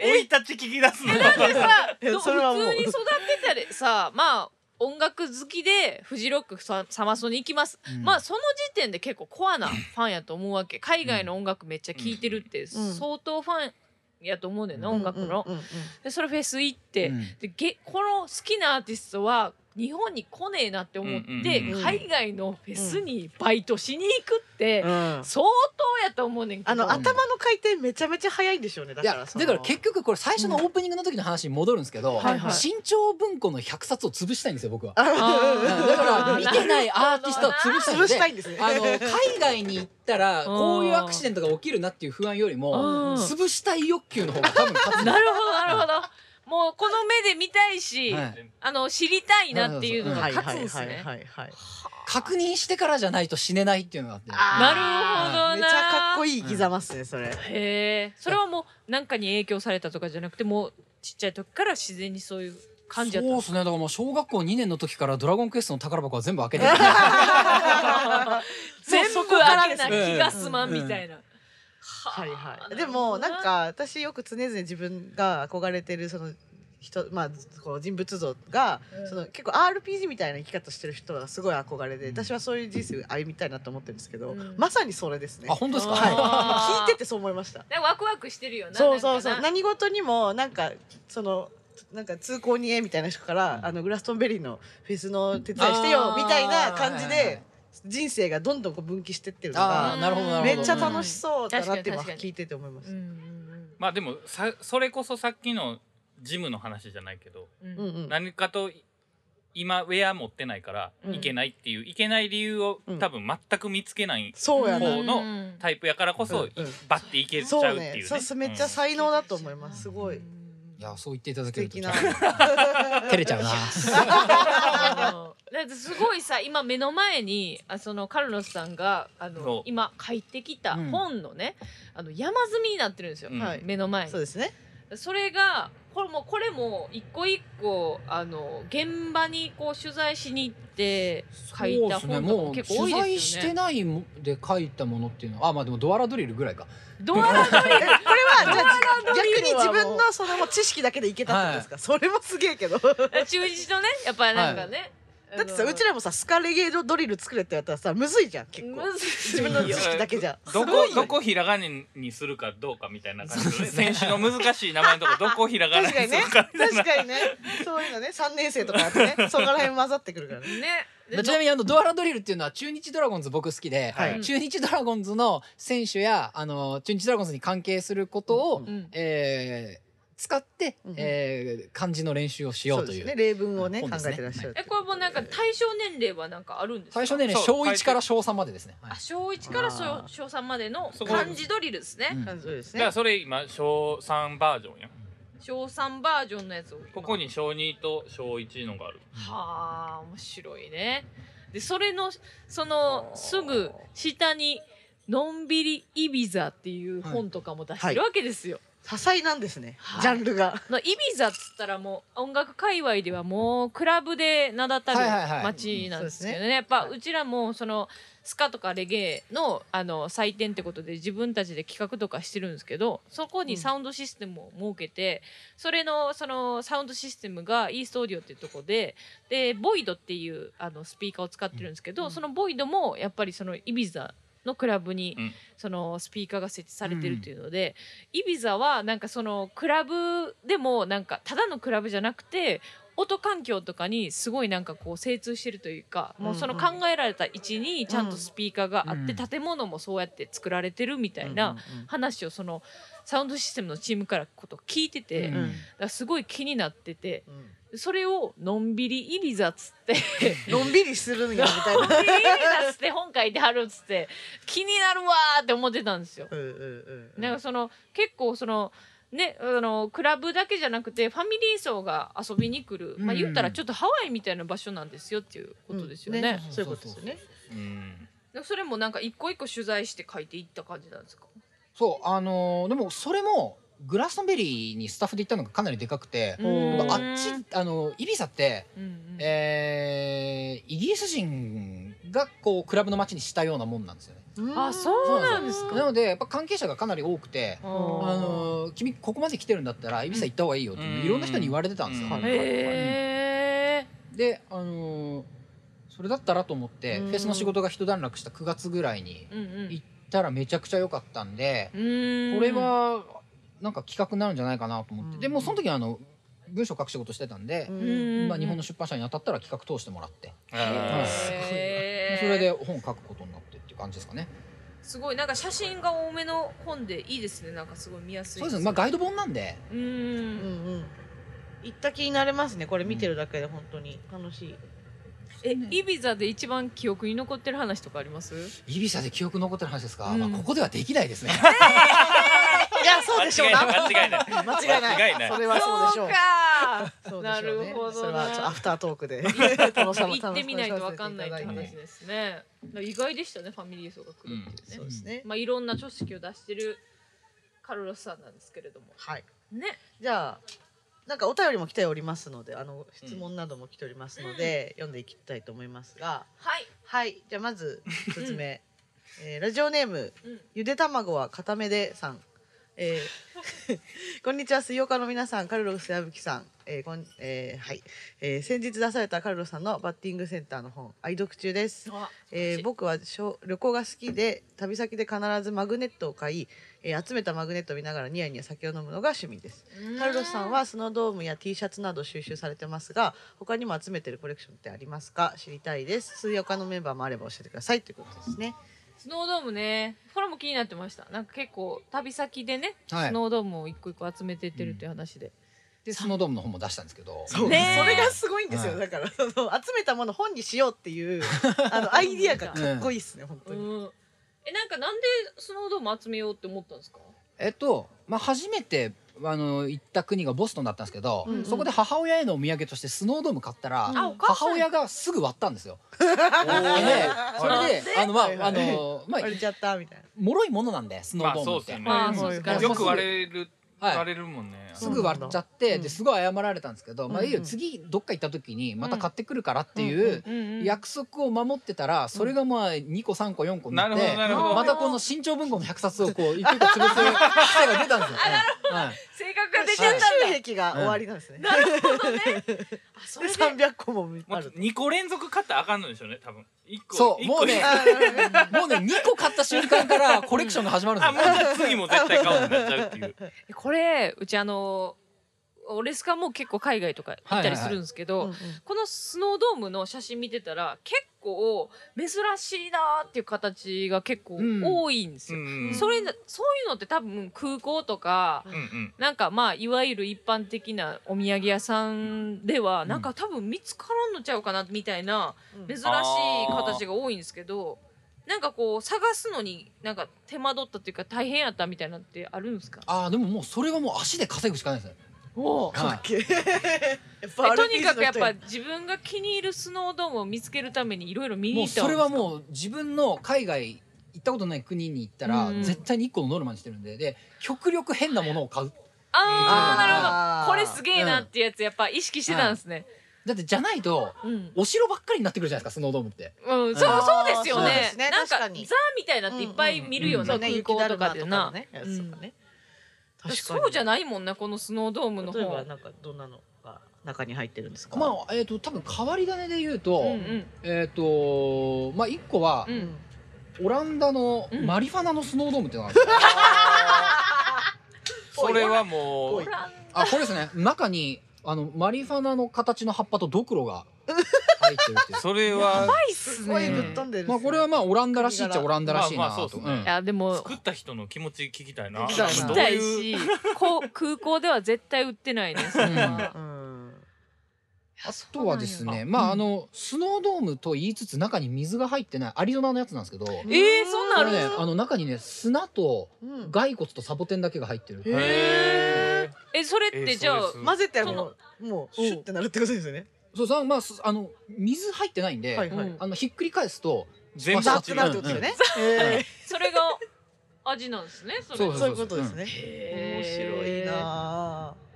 C: 生い立ち聞き出すの
B: だってさ
A: いや
B: ど
A: それはもう
B: 普通に育ってたりさまあ音楽好きでフジロックさサマソに行きます、
D: うん
B: まあその時点で結構コアなファンやと思うわけ海外の音楽めっちゃ聴いてるって相当ファンやと思うねんな、音楽の、
A: うんうんうん
B: でそれフェス行って、
D: うん
B: でげこの好きなアーティストは日本に来ねえなって思って、
C: うんうん
A: うん
B: 海外のフェスにバイトしに行くって、
A: うん
B: 相当やと思うねんけど
A: あの
D: あ
A: 頭の回転めちゃめちゃ早いんでしょうね。だ
D: い
A: から
D: や
A: その
D: だから結局これ最初のオープニングの時の話に戻るんですけど、
A: はいはい
D: 新潮文庫の100冊を潰したいんですよ僕は。だ
B: あー
D: から見てないアーティストを潰したいん
A: 潰
D: で
A: したいんですね。
D: あの海外に行ったらこういうアクシデントが起きるなっていう不安より
B: うん
D: も潰したい欲求の方が多分勝つ
B: なるほどなるほどもうこの目で見たいし、
D: はい
B: あの知りたいなっていうのが
A: はい
B: 勝
A: は
B: つん
A: い
B: です
A: はい
B: ね。
A: はいはい。
D: 確認してからじゃないと死ねないっていうのがあって
A: あー
B: なるほどな
A: めちゃかっこいい生きざますね、それ。
B: へえそれはもう何かに影響されたとかじゃなくてもうちっちゃい時から自然にそういう感じやった
D: そう
B: の
D: ですねだからもう小学校2年の時から「ドラゴンクエスト」の宝箱は全部開けてる
B: 全
A: そう
B: 部
A: そこからで
B: 開け
A: す
B: な
A: ね
B: 気がすまんみたいな。
A: はいはい。でもなんか私よく常々自分が憧れてるその人まあこう人物像が、その結構 RPG みたいな生き方してる人がすごい憧れで、
D: うん
A: 私はそういう人生歩みたいなと思ってるんですけど、
B: うん
A: まさにそれですね
D: あ。本当ですか
B: はい
D: は
A: 聞いててそう思いました。
B: なんかワクワクしてるよな。
A: そうそうそ
B: な
A: うん
B: かな
A: 何事にもなんかそのなんか通行にえみたいな人から、
D: うん
A: あのグラストンベリーのフェスの手伝いしてよ
B: あー
A: みたいな感じ
D: はいはいは
A: で
D: い
A: 人生がどんどんこう分岐してってるの
D: あ
A: が
D: ーなるほどなる
A: め
D: ほど
A: っちゃ楽しそうだなって今
B: 確かに確かに
A: 聞いてて思いま
B: う
A: す。
B: ん
C: まあでもさそれこそさっきのジムの話じゃないけど、
B: うん
A: う
B: うんん
A: う。ん
C: 何かと今ウェア持ってないから
A: うん
C: いけないっていう、いけない理由を
A: うん
C: 多分全く見つけない
A: そうやな。
C: こうの
B: うん
C: タイプやからこ
A: う
C: そ、
A: んうん
C: バッていけちゃう
A: そう
C: っていうね
A: ね。そうそうめっちゃ才能だと思います。すごい。
D: いいやそう言っていただ
A: 素
D: けると
A: 敵
D: ち
A: な
D: ょっ。 と照れちゃうな
B: あの だってすごいさ今目の前にあそのカルロスさんがあ
C: そう
B: の今書いてきた
D: うん
B: 本のね、あの山積みになってるんですよ、
C: うん
A: はい
B: 目の前に
A: そうですね。
B: それがこれもこれも一個一個あの現場にこう取材しに行って書いた
D: そうですね
B: 本とか
D: も
B: も
D: う
B: 結構多
D: 取
B: いで
D: 材
B: す
D: し
B: よね
D: て。ないもで書いたものっていうのはあまあでもドアラドリルぐらいか
B: ドアラドリ
A: えこれ はじゃあ
B: ド
A: 逆
B: リル
A: に
B: は
A: 自
B: も
A: 分
B: う
A: のそのもう知識だけでいけたってことですか。それもすげえけど。だ
B: ル中日のねやっぱりなんかね、あの
A: ってさうちらもさスカレゲードリル作れってやったらさむずいじゃん結構。
B: むずい
A: 自分の知識だけじゃ。
C: ど
A: すご
C: こ
A: いよ
C: どこひらがなにするかどうかみたいな感じで、ね、選手の難しい名前のとこどこひらがなに
A: 確かに
C: す
A: ね
C: るか
A: 確
C: みたいな。
A: かにねそういうのね3年生とかだとね そこら辺混ざってくるからね
B: ね
D: まあちなみにあのドアラドリルっていうのは中日ドラゴンズ僕好きで、
A: はい
D: 中日ドラゴンズの選手やあの中日ドラゴンズに関係することを、
A: うん
B: うん
D: えー使って、
A: うん
D: えー漢字の練習をしようという
A: そですね例文をね
D: 本
A: 考
D: ですね
A: えてらっしゃる
B: えこれもなんか対象年齢はなんかあるんですか
D: 最初ね
C: そう
D: 小1から小3までですね、はい
B: あ小1から
A: あ
B: 小
A: ー
B: 小3までの
C: そこ
B: 漢字ドリルですね、
D: うん
A: 感じです
C: だか
A: ね
C: らそれ今小3バージョンや
B: 小3バージョンのやつを今
C: ここに小2と小1のがある
B: はあ面白いねでそれのそのすぐ下に「のんびりイビザ」っていう本とかも出してるわけですよ。
A: 多彩なんですね
B: はい
A: ジャンルが
B: のイビザっつったらもう音楽界隈ではもうクラブで名だた
D: はいはいは
B: る
D: い
B: 街なんですけ
A: そうで
B: どね,、
A: すね
B: やっぱ
A: は
B: うちらもそのスカとかレゲエのあの祭典ってことで自分たちで企画とかしてるんですけどそこにサウンドシステムを設けて、それのそのサウンドシステムがイーストオーディオっていうとこででボイドっていうあのスピーカーを使ってるんですけど、
A: うん
B: そのボイドもやっぱりそのイビザのクラブに、
C: うん
B: そのスピーカーが設置されてるっていうので、イビザはなんかそのクラブでもなんかただのクラブじゃなくて音環境とかにすごいなんかこう精通してるというか、もうその
A: うんうん
B: 考えられた位置にちゃんとスピーカーがあって、
D: うん
B: 建物もそうやって作られてるみたいな話をそのサウンドシステムのチームからことを聞いてて、
D: う
A: うんん
B: だ
A: う
B: か
A: ん
B: らすごい気になってて
A: うんうん
B: それを「のんびりイビザ」っつって
A: のんびりするんやみたい
B: 「のんび
A: な
B: りイビザ」っつって本書いてはるっつって気になるわーって思ってたんですよ。
A: うんうんうんうん
B: なんかその結構そのねあのクラブだけじゃなくてファミリー層が遊びに来る、まあ
D: うんうん
B: 言ったらちょっとハワイみたいな場所なんですよっていうことですよね,、
A: うんそういうことですよね
C: うん
B: それもなんか一個一個取材して書いていった感じなんですか
D: そうあのーでもそれもグラストンベリーにスタッフで行ったのがかなりでかくて、
A: うん
D: あっちあのイビサって、
B: うんうん
D: えーイギリス人がこうクラブの街にしたようなもんなんですよね。
B: あそうなんです
D: な
B: か
D: のでやっぱ関係者がかなり多くて、
A: ー
D: あのー君ここまで来てるんだったらイビサ行った方がいいよって
C: うん
D: いろんな人に言われてたんですよ。
C: うん
D: はい
B: へえ
D: であのーそれだったらと思って、
A: うん
D: フェスの仕事が一段落した9月ぐらいに
B: うんうん
D: 行ったらめちゃくちゃ良かったんで、
B: うん
D: これはなんか企画になるんじゃないかなと思って、
A: うん
D: でもうその時はあの文章書く仕事してたんで、
A: う
B: うんん
D: まあ、日本の出版社に当たったら企画通してもらって、
C: あー
B: へー
D: それで本書くことになってっていう感じですかね。
B: すごいなんか写真が多めの本でいいですねなんかすごい見やすい
D: そうですね、まあ、ガイド本なんで、
B: うん
A: うんうん行った気になれますねこれ見てるだけで本当に楽しい
B: え、イビザで一番記憶に残ってる話とかあります？
D: イビサで記憶残ってる話ですか、
B: うん
D: まあ、ここではできないですね。
A: いやそうでしょう
C: 間違いない
A: 間違いない
C: 間違いない
A: それはそうでしょう
B: か。
A: そうでしょうね
B: なるほどな
A: それはちょっとアフタートー クで楽しみ
B: 行ってみないとわかんないって
A: 楽しみに
B: 話ですね。だから意外でしたね、ファミリー層が来るって
A: さ
B: いう
A: せていただいて
B: ね。
A: そうですね
B: まあいろんな書籍を出してるカルロスさんなんですけれども、
A: はい
B: ね。
A: じゃあなんかお便りも来ておりますのであの質問なども来ておりますので、読んでいきたいと思いますが
B: はい。
A: はいじゃあまず1つ目、えーラジオネーム
B: うん。
A: ゆで卵は固めでさん、えーこんにちは水曜日の皆さんカルロス矢吹さん、えーこんえーはい、えー先日出されたカルロスさんのバッティングセンターの本愛読中です
B: あ
A: えー、僕はしょ旅行が好きで旅先で必ずマグネットを買い、えー集めたマグネットを見ながらニヤニヤ酒を飲むのが趣味ですカルロスさんはスノードームや T シャツなど収集されてますが他にも集めてるコレクションってありますか知りたいです水曜日のメンバーもあれば教えてくださいということですね
B: スノードームね、これも気になってました。なんか結構旅先でね、
D: はい
B: スノードームを一個一個集めてってるっていう話で。
D: でスノードームの本も出したんですけど
A: そう
B: ねえ
A: それがすごいんですよ、
D: はい
A: だからその集めたものを本にしようっていうあ のアイディアがかっこいいですね本当
B: う
A: に、
B: ん。え、なんかなんでスノードーム集めようって思ったんですか？
D: えっと、まあ、初めてあの行った国がボストンだったんですけど、
A: うんうん
D: そこで母親へのお土産としてスノードーム買ったら、
A: うん
B: あ、お母さん
D: 母。親がすぐ割ったんですよ。
C: おー
D: で
A: あ
D: それであのまあ
A: はいはい
D: あのまあ
A: 割れちゃったみたい
D: 脆いものなんでスノ
C: ま
D: ー
C: あ
D: ドー
C: そ
D: ム
C: う
D: っ
C: です
D: て
C: よ。ね
B: あーそうですか。
A: はい
C: よく割れる
D: はい
C: 割れるもんね
D: すぐ割っちゃって、
A: うん
D: ですごい謝られたんですけど、まあいいよ
A: うんうん
D: 次どっか行った時にまた買ってくるからって
A: うんう
D: いうん
B: うんうん
D: 約束を守ってたらそれがまあ2個3個4個にな
C: な
D: っ
C: る
D: て
C: ほどなるほど
D: またこの新潮文庫の100冊をこう一個一個潰す癖が出たんですよ。はい
B: 性格が
A: な
B: 出ちゃっ
A: 収
B: たんだ。
A: 集癖が終わりなんですね、
B: あ そ
A: で
B: れで
A: 300個も
C: も
A: あ
C: う
A: る
C: 2個連続買ったらあかんのでしょうね多分1個
D: そう
C: 一
D: も
C: 個
D: うね
A: あ
D: もうね2個買った瞬間からコレクションが始まるんで
C: あ
D: す
C: もう
D: よ。
C: じゃあ次も絶対買おうになっちゃうっていう
B: これうちあのオレスカも結構海外とか行ったりするんですけど、
A: うんうん
B: このスノードームの写真見てたら結構珍しいなーっていう形が結構
D: うん
B: 多いんです
C: う
B: よ。
C: んうん
B: それなそういうのって多分空港とか
C: うんうん
B: なんかまあいわゆる一般的なお土産屋さんでは
D: ん
B: なんか多分見つからんのちゃうかなみたいな
A: うん
B: 珍しい形が多いんですけどなんかこう探すのになんか手間取ったっていうか大変やったみたいなのってあるんですか
D: ああでももうそれはもう足で稼ぐしかないですね。
B: お
D: はい
A: かっけえやっぱ
B: えとにかくやっぱ
A: RPGs の人
B: 自分が気に入るスノードームを見つけるためにいろいろ見に
D: もう
B: 行ったわ
D: そ
B: け
D: れ
B: です
D: は
B: か
D: もう自分の海外行ったことない国に行ったら、
B: うん
D: 絶対に一個のノルマにしてるんでで極力変なものを買う
B: あーな
A: あ
B: る
A: ー
B: ほどこれすげえなってやつやっぱ意識してたんですね、
D: だってじゃないと
B: うん、
D: お城ばっかりになってくるじゃないですかスノードームって。
B: うん、そう
D: あー
B: そうですよ
A: そうで
B: ね
A: すね
B: なんか
A: 確
B: ザ
A: かに
B: みたいなっていっぱい見るよう
A: そ
B: な
A: うね
B: 空
A: 雪
B: 港
A: だ
B: と
A: るま
B: かで
A: とか
B: な
A: のねやつとかね確かに
B: そうじゃないもんなこのスノードームの方
A: 例えばなんかどんなのが中に入ってるんですか
D: まあえっ、と多分変わり種で言うと、
B: うんうん
D: えっ、とまあ一個は
B: う、ん
D: オランダの
B: うん
D: マリファナのスノードームっていうのがあるんですよ。
C: それはも
A: お
C: う
A: い
B: ほら
D: あこれですね中にあのマリファナの形の葉っぱとドクロが 入ってるっていう。
C: それは
B: ないっ
A: す
B: す
A: ごいぶっ
B: ね
A: 飛んでるっすね
D: まあこれはまあオランダらしいっちゃオランダらしい
C: ま
D: な
C: あまあ
D: と。
C: そうですね
D: うん
B: いやでも
C: 作った人の気持ち聞きたいな。
A: 聞
D: きたいな
B: 行き
C: どう
B: たい
C: いう
B: しこう空港では絶対売ってないねそれは
A: うん
D: あとはです
B: そうなん
D: ね、
B: や
D: まあ、
B: うん
D: あの、スノードームと言いつつ、中に水が入ってないアリゾナのやつなんですけど。こ
B: えーそんなんある
D: れね、あの中にね、砂と
A: うん
D: 骸骨とサボテンだけが入ってる。
C: へ
B: えそれっ
C: え
B: てじゃあ
C: そうです
A: 混ぜたらもうもうシュッてなるってことですよね
D: そう、さ、まあ、すあの、水入ってないんで、
A: はいはい
B: うん
D: あの、ひっくり返すと。
C: 全部
D: スパ
A: 雑
D: シャ
A: になるってことですよねえ
B: それが味なんですねそれ
D: そう
A: ーそういうことですね
B: へー
C: 面白
A: いいなあ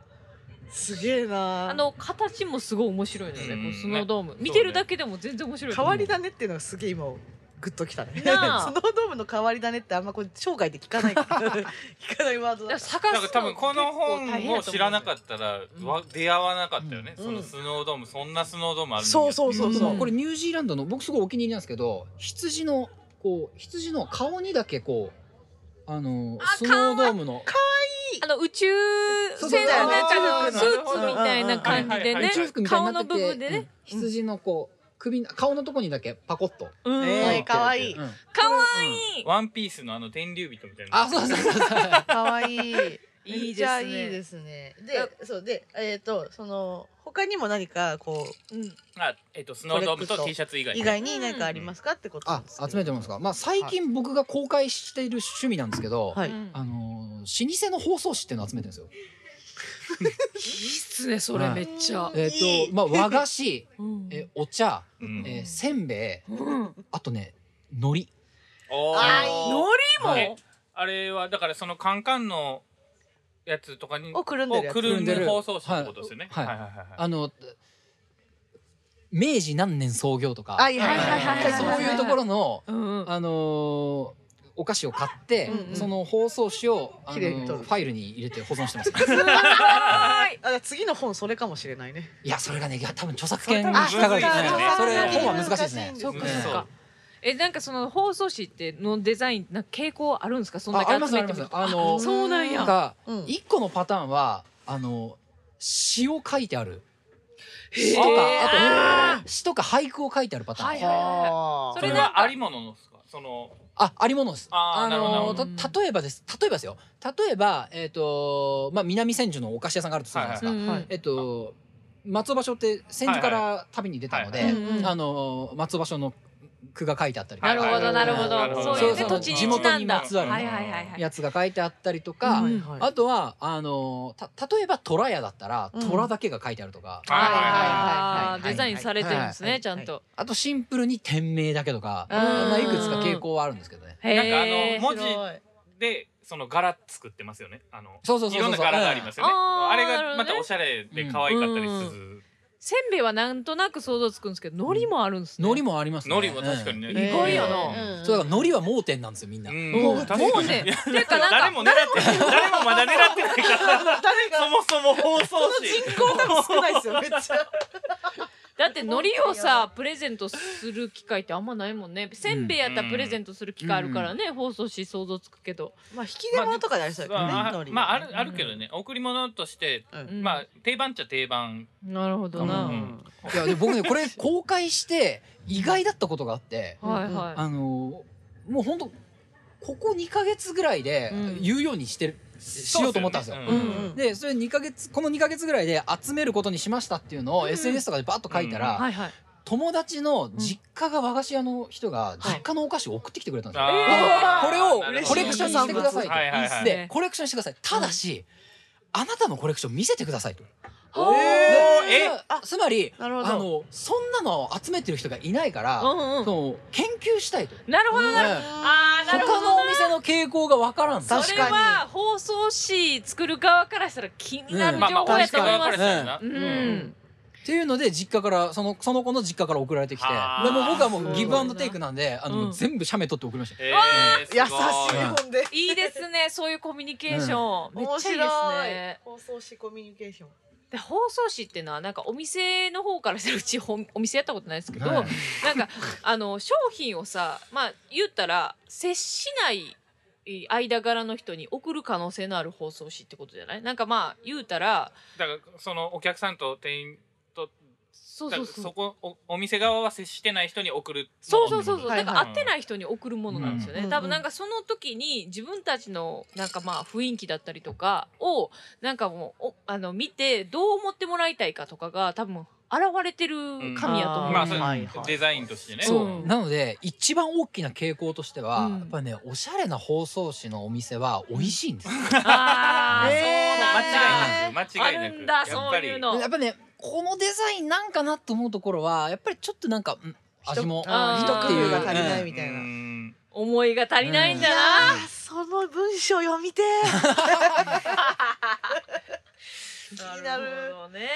A: すげえなあ
B: あの形もすごい面白いのよね、
C: うん
B: このスノードーム、
C: ね
B: 見てるだけでも全然面白い
A: 変わり種っていうのがすげえ今グッときたねスノ
B: な
A: ー
B: あ
A: ドームの変わり種ってあんまこれ生涯で聞かない聞かないワードだ
B: だから探すの
C: なんか多分この本を知らなか
B: っ
C: ったら
B: うん
C: わ出会わなかったよね、
A: うん
C: そのスノードームそんなスノードームあるんだ
A: そうそうそうそう
B: うん
D: これニュージーランドの、僕すごいお気に入りなんですけど、羊の、こう、羊の顔にだけ、こう。あの
B: あ
D: スノードームの
B: あの宇宙
D: そう
B: 船のなんか
A: そう
B: ス
A: そう
B: ーツみたいな感じで
C: はいはいは
B: ね
C: い
D: 宇宙服みたい
B: 顔
D: に
B: の
D: なって
B: 部
D: て、
B: 分で
D: うん
B: ね、
D: 羊のこう首の顔のとこにだけパコッと、
B: うん
A: えーかわいい
D: うん
B: かわいい、
C: ワンピースのあの天竜人みたいな
D: あ、そうそうそうそう。
A: 可愛いい
B: いい
A: じ
B: で
A: ゃ
B: す
A: いい
B: ね
A: ですねでそうでえっ、とその他にも何かこう
B: うん
C: あえっとスノードーム
A: コレクト
C: と T シャツ以外
A: 以外に何かありますかってことなん
D: あ
A: ですけど
D: 集めてますか。まあ最近僕が公開している趣味なんですけど、
A: はい、
B: うん
D: あのー老舗の包装紙っていうのを集めてるんですよ。
B: いいっすねそれめっちゃ、
A: はい
D: えっ、
A: いい
D: とまあ和菓子、
B: うん
D: えお茶、
C: うん
D: えーせんべい、
B: うん
D: あとね海苔。
C: おー
A: あ
B: 海
A: いい
B: 苔も、
C: はいあれはだからそのカンカンのやつとかに
A: をくるんでるやつ
C: をくるんでる
D: くるんでる
C: 包装紙ってことですよね、
D: はい
C: はいはいはい
D: あの明治何年創業とか、
A: はいはい
B: はいはいはい
D: そういうところの
B: うんうん
D: あのーお菓子を買って、
A: うんうん
D: その包装紙を、あの
A: 綺麗に
D: ー
A: 取
D: フ
A: る
D: ァイルに入れて保存してます。
B: すごい
A: あ次の本それかもしれないね
D: いやそれがねいや多分著作権
C: そ
D: 引
C: れ多分
D: っかかるよ
C: むずいよね
D: ね。それ本は難しいですね。
B: そうか
C: うん
B: そうか。えなんかその包装紙ってのデザインなんか傾向あるんですかそんだ
D: ああ
B: け
D: ります
B: 集
D: あ
B: め
D: り
B: てみ
D: ます
B: る。
D: あの
A: す
B: そうなん
D: なん
B: や。
D: か
A: うん
D: 一個のパターンはあの詩を書いてある詩
B: へー
D: とか
B: あ
D: あと詩とか俳句を書いてあるパターン、
B: はいはい
A: あ
B: そ
C: そ
B: れ
C: れ
B: なんか
C: はありものですかその
D: あありものです。
C: あーなるほどなる
D: の
C: ほ
B: ど
D: た例えばです例えばですよ例えばえっ、とまあ南千住のお菓子屋さんがあるとするじゃないですか。
B: うんうん
A: はい
D: えっ、と松尾芭蕉って千住から旅に出たので、
C: はいは
B: は
C: い
B: いはいうんうん
D: あの松尾芭蕉の句が書いてあったりと
B: な
D: か
B: るほどなる
C: な
B: ほ
C: る
B: ど。
C: ほ
B: そ
C: ど
B: ういう
C: そ
B: ね
C: うそ
B: 土
C: う
B: 地
C: 地
B: にち
C: 元
B: なん
D: に
B: だ。
D: ま
B: は
D: つわ
B: い
D: る
B: はいはいはい。
D: やつが書いてあったりとか、
B: うん
A: はい
D: あとはあのた例えば虎屋だったら
A: うん
D: 虎だけが書いてあるとか、
C: はいはいはい
B: あ
A: はいはいはい
B: ーデザインされてるんです
A: は
B: ね
A: い
B: ちゃんと。
D: あとシンプルに店名だけとか、
A: うん
D: まあ、いくつか傾向はあるんですけどね。
B: へ
C: なんかあの
B: ー
C: 文字
A: 白い
C: でその柄作ってますよねあの
D: そうそうそうそう
C: いろんな柄がありますよね、
B: うんあー
C: あれ
B: なるほどね
C: がまたおしゃれで可愛かったり
B: うん
C: する、
B: せんべいはなんとなく想像つくんですけど海苔もあるんですね。
D: 海苔もありますね。
C: 海苔も確かにね、
B: 意外やな
D: うんそうだから海苔は盲点なんですよみんな。
C: うん
B: もう
C: 確かに
B: もうね
C: いや
B: ていうかなんか
C: 誰も狙ってない誰もまだ狙ってないからそもそも放送
A: この人口多分少ないですよめっちゃ
B: だだって海苔をさプレゼントする機会ってあんまないもんねせんべいやったらプレゼントする機会あるからね、放送し想像つくけど、
A: まあ引き出物とかでありそうやけどね、
C: ま
A: 海
C: ああ、
A: 苔
C: まあ、あるあるけどね、贈り物として、
A: うん
B: うん
C: まあ定番っちゃ定番
B: なるほど
C: う
B: な、
C: ん
D: いやで 僕ねこれ公開して意外だったことがあって
A: うん
B: はいはい、
D: あのもうほんとここ2ヶ月ぐらいで
B: うん
D: 言うようにしてる、しようと思ったんですよ。
C: そう
A: うん
C: すよね
A: うん
D: でそれ2ヶ月この2ヶ月ぐらいで集めることにしましたっていうのを
B: うん
D: SNS とかでバッと書いたら、
B: はいはい
D: 友達の実家が和菓子屋の人が実家のお菓子を送ってきてくれたんですよ。
C: あー
D: これを
C: なるほ
D: コ
C: ど
D: レクションしてくださいと。
C: はいはいはい
B: いいっす
D: で
B: ね
D: コレクションしてください。ただし、あなたのコレクション見せてくださいと。
B: おー
D: で
C: え
D: あつまり
A: な
D: あ
A: るほど
D: のそんなのを集めてる人がいないから、
B: うんうん
D: その研究したいと。
B: なるほどなるほど、
D: ね
B: あーなるほ
D: 他
B: ど
D: のお店の傾向がわからん
A: 確かに
B: それは放送誌作る側からしたら気になる
D: うん
C: まあま
B: 情
C: あ
B: 報
C: 大
B: やと
C: 塚
B: 思い
C: が分
B: ま
C: か
B: す
C: れてるな
B: う。ん、
A: ん
D: っていうので実家からそのその子の実家から送られてきて
C: あー
D: でもう僕はも
B: すご
D: う
B: い
D: ギブアンドテイクなんであの、
B: うん
D: もう全部写メ撮って送りました
C: えーすご
A: 優しい
D: い
A: 本で
B: いいですねそういうコミュニケーション、めっ
A: 面
B: ちゃいい
A: 白い
B: ですね
A: 放送しコミュニケーション
B: で放送誌っていうのはなんかお店の方からしたらうちほんお店やったことないですけど、
D: はい
B: なんかあの商品をさまあ言ったら接しない間柄の人に送る可能性のある放送誌ってことじゃないなんかまあ言うたら
C: だからそのお客さんと店員と
B: そう
C: だ
B: そ
C: か
B: う
C: ら
B: そう
C: そこおお店側は接してない人に送る
B: そうそうそうそう、
A: はいはい
B: なんか会ってない人に送るものなんですよね、
A: うん
B: 多分なんかその時に自分たちのなんかまあ雰囲気だったりとかをなんかもうおあの見てどう思ってもらいたいかとかが多分現れてる紙やと思
A: うんん
B: う、で
C: まあ
B: す
C: そ
B: よ
C: れ
A: はいはい
C: デザインとしてね
D: そう、
B: うん
D: なので一番大きな傾向としては、
B: うん
D: やっぱりねおしゃれな包装紙のお店は美味しいんですよ、
B: あー
A: えー
B: そうなんだ
C: 間違いなく間違いな
B: あ
C: く
B: るんだ
C: やっぱ
B: そう
C: り
B: いうの
D: やっぱりねこのデザインなんかなと思うところはやっぱりちょっとなんか、うん味も
B: あー
A: 一工夫が足り
D: っ
A: な
D: てい
A: いうみたいな、
C: うん
B: 思いが足りないん
A: い
B: だ
A: や
B: な、
A: ーその文章読みてー気になる
B: ほどね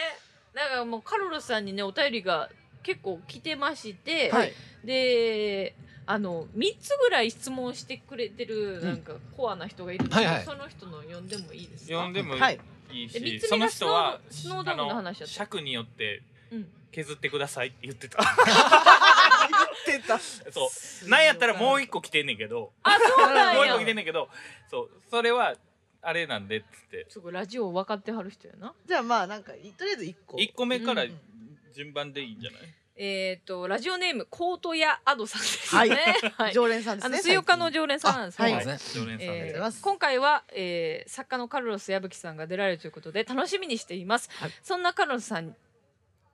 B: だからもうカロロさんにねお便りが結構来てまして、
D: はい
B: であの3つぐらい質問してくれてるなんかコアな人がいるので、
D: はいはい
B: その人の呼んでもいいですか
C: 呼んでも
A: はい
C: いい
B: え三
C: し
B: つ
C: そ
B: 目
C: の
B: が
C: 人は
B: スノースノードームの話だった
C: あ尺によって
B: うん
C: 削ってくださいって言っ てた
A: 言ってた
C: そうなんやったらもう一個来てんねんけど
B: あそうな
C: もうん一個来て
B: や
C: んねんけどそうそれはあれなんでっつって
B: すごいラジオ分かってはる人やな
A: じゃあまあなんかいとりあえず一個
C: 1個目から
B: うんうん
C: 順番でいいんじゃない
B: えっ、とラジオネームコートヤアドさんですねはい、
A: 常連さんで
B: あ
A: す
B: の
A: ね
B: 水曜日の常連さんなんですけ
A: は
B: ど
A: い
C: はい
D: そうで
C: 常連さ
A: りがと
B: え
C: んで
A: うござい
B: ー
A: ます
B: 今回は、えー作家のカルロス矢吹さんが出られるということで楽しみにしています、
A: はい
B: そんなカルロスさん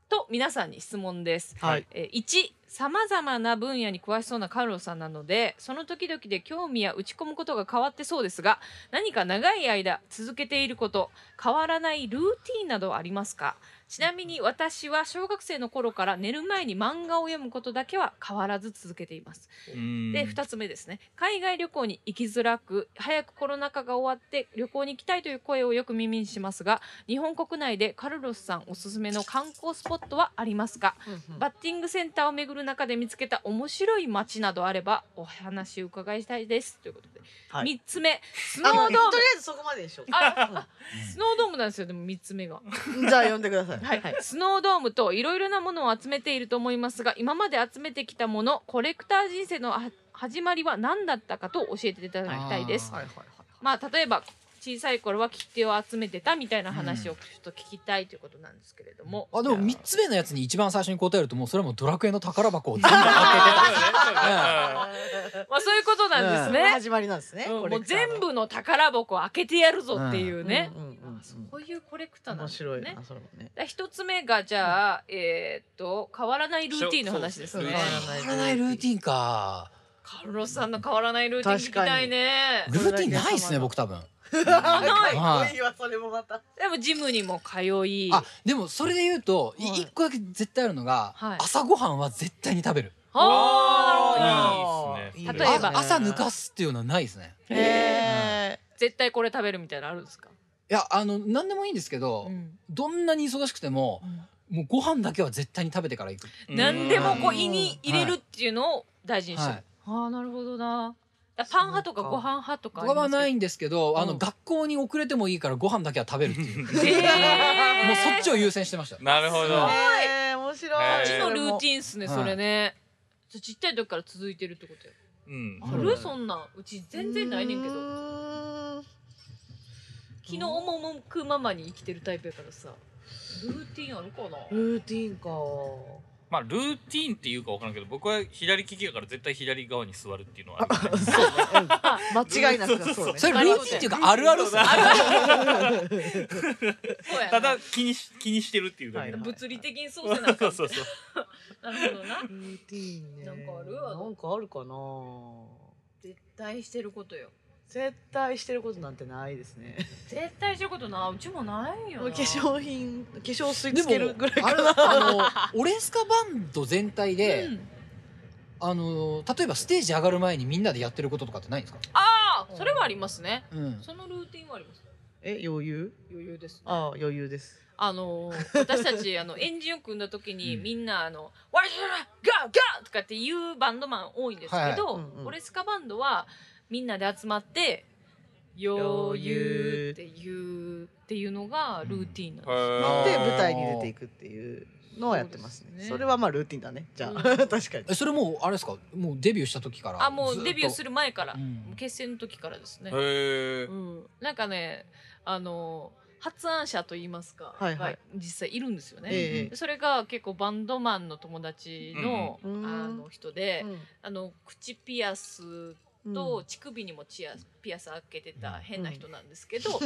B: と皆さんに質問です、
A: はい
B: えー1さまざまな分野に詳しそうなカルロスさんなのでその時々で興味や打ち込むことが変わってそうですが何か長い間続けていること変わらないルーティンなどはありますかちなみに私は小学生の頃から寝る前に漫画を読むことだけは変わらず続けています
C: うん
B: で2つ目ですね海外旅行に行きづらく早くコロナ禍が終わって旅行に行きたいという声をよく耳にしますが日本国内でカルロスさんおすすめの観光スポットはありますか
A: うんうん
B: バッティングセンターを巡る中で見つけた面白い街などあればお話を伺いたいですということで、
A: はい
B: 3つ目スノ
A: あ
B: ードー
A: と
B: ム
A: りあえずそこまででしょ
B: あスノードームなんですよでも3つ目が。
A: うんじゃあ読んでください
B: はい、スノードームといろいろなものを集めていると思いますが今まで集めてきたものコレクター人生のあ始まりは何だったかと教えていただきたいです
D: あー
A: はいはいはい
B: まあ例えば小さい頃は切手を集めてたみたいな話をちょっと聞きたいということなんですけれども、
D: あでも
B: じ
D: 3
B: ゃ
D: つ目のやつに一番最初に答えるともうそれはもうドラクエの宝箱を全部
C: あ
D: 開
C: そうねそうねうん
B: あまあそういうことなん
A: そ
B: で
A: れ
B: す
A: が
B: ね、
A: 始まりなんですね
B: うん
A: コ
B: も
A: レ
B: う
A: クターの
B: 全部の宝箱を開けてやるぞっていうね、
A: うんうんうんうん
B: こういうコレクターなん
A: 面
B: です
A: 白
B: ね
A: いなそれもね
B: だから一つ目がじゃあ、えーっと変わらないルーティンの話です
C: そう
B: ね
C: そう ですね
D: けてらないルーティンか
B: カルロスさんの変わらないルーティン聞きたいね
D: ルーティンないっすね僕多分
A: はいかっこいいわそれもまた
B: でもジムにも通い
D: あでもそれで言うとい
A: はい
D: 一個だけ絶対あるのが
B: はい
D: 朝ごはんは絶対に食べる
B: あーなるほど
C: あーいいっすね
B: 例えば
D: あ朝抜かすっていうのはないですね
A: へ
B: 絶対これ食べるみたいなのあるんですか、
D: いやあの何でもいいんですけど
B: ん
D: どんなに忙しくてももうご飯だけは絶対に食べてから行く
B: 何でも
A: う
B: こうん胃に入れるっていうのを大事にしてる、
D: はい
B: ああなるほどなだからパン派とかご飯派とかあ
D: 僕
B: ります
D: はないんですけどあ
B: う
D: の
B: ん
D: 学校に遅れて もいいからご飯だけは食べるっていうもう
B: えー
D: そっちを優先してました
C: なるほど
B: すごい
A: え面面
C: へー
A: 白い
B: ちのルーテ
A: ィン
B: ィンっすね
D: はい
B: それねちっちゃい時から続いてるってことよ
C: うん
B: あ
D: う
B: る
D: ん
B: そんなうち全然ないねんけど昨日おももくままに生きてるタイプやからさルーティンあるかな
A: ルーティンか
C: まあルーティーンっていうか分からんけど僕は左利きやから絶対左側に座るっていうのはあるよね
A: そうねうん間違いなくそうね
D: それルーティンっていうかあるあるっす ね
B: そうやな
C: ただ気にし気にしてるっていうだけ
A: はい
B: 物理的にそうせなあか
C: そ
B: ん
C: うそうそう
B: なるほどな
A: ルーティンね
B: なんかある
A: なんかあるかな
B: 絶対してることよ
A: 絶対してることなんてないですね
B: 絶対してることなうちもないよ
A: 化
B: な
A: 粧品化粧水
D: で
A: つ
D: も
A: けるぐらい
D: あ
A: か
D: れ
A: な
D: あのオレスカバンド全体で、
B: うん
D: あの例えばステージ上がる前にみんなでやってることとかってないんですか、
B: ああそれはありますね
D: うん、
B: そのルーティンはあります
A: え余裕
B: 余裕です
A: ああ余裕です
B: あのー私たちあ のエンジンを組んだ時にみんなあの「ワイシュラガーガー!」とかって言うバンドマン多いんですけど、
A: はいうんうん
B: オレスカバンドはみんなで集まって「余裕」っていうっていうのがルーティンなんですよ、
D: あー
A: で舞台に出ていくっていうのをやってますね
B: そう
A: そ
B: ですね
A: れはまあルーティンだねじゃあ、
B: うん
A: 確かに
D: えそれもうあれですかもうデビューした時から
B: あもうデビューする
D: る
B: 前から、
D: うん
B: 結成の時からですね、
C: へえ
B: うん、なんかねあのー発案者と言いますか、
A: はいはい
B: が実際いるんですよね、
A: え
B: それが結構バンドマンの友達の,、
A: うんうん
B: あの人で、
A: え
B: あの口ピアス
A: うん
B: と乳首にもチアピアス開けてた変な人なんですけど、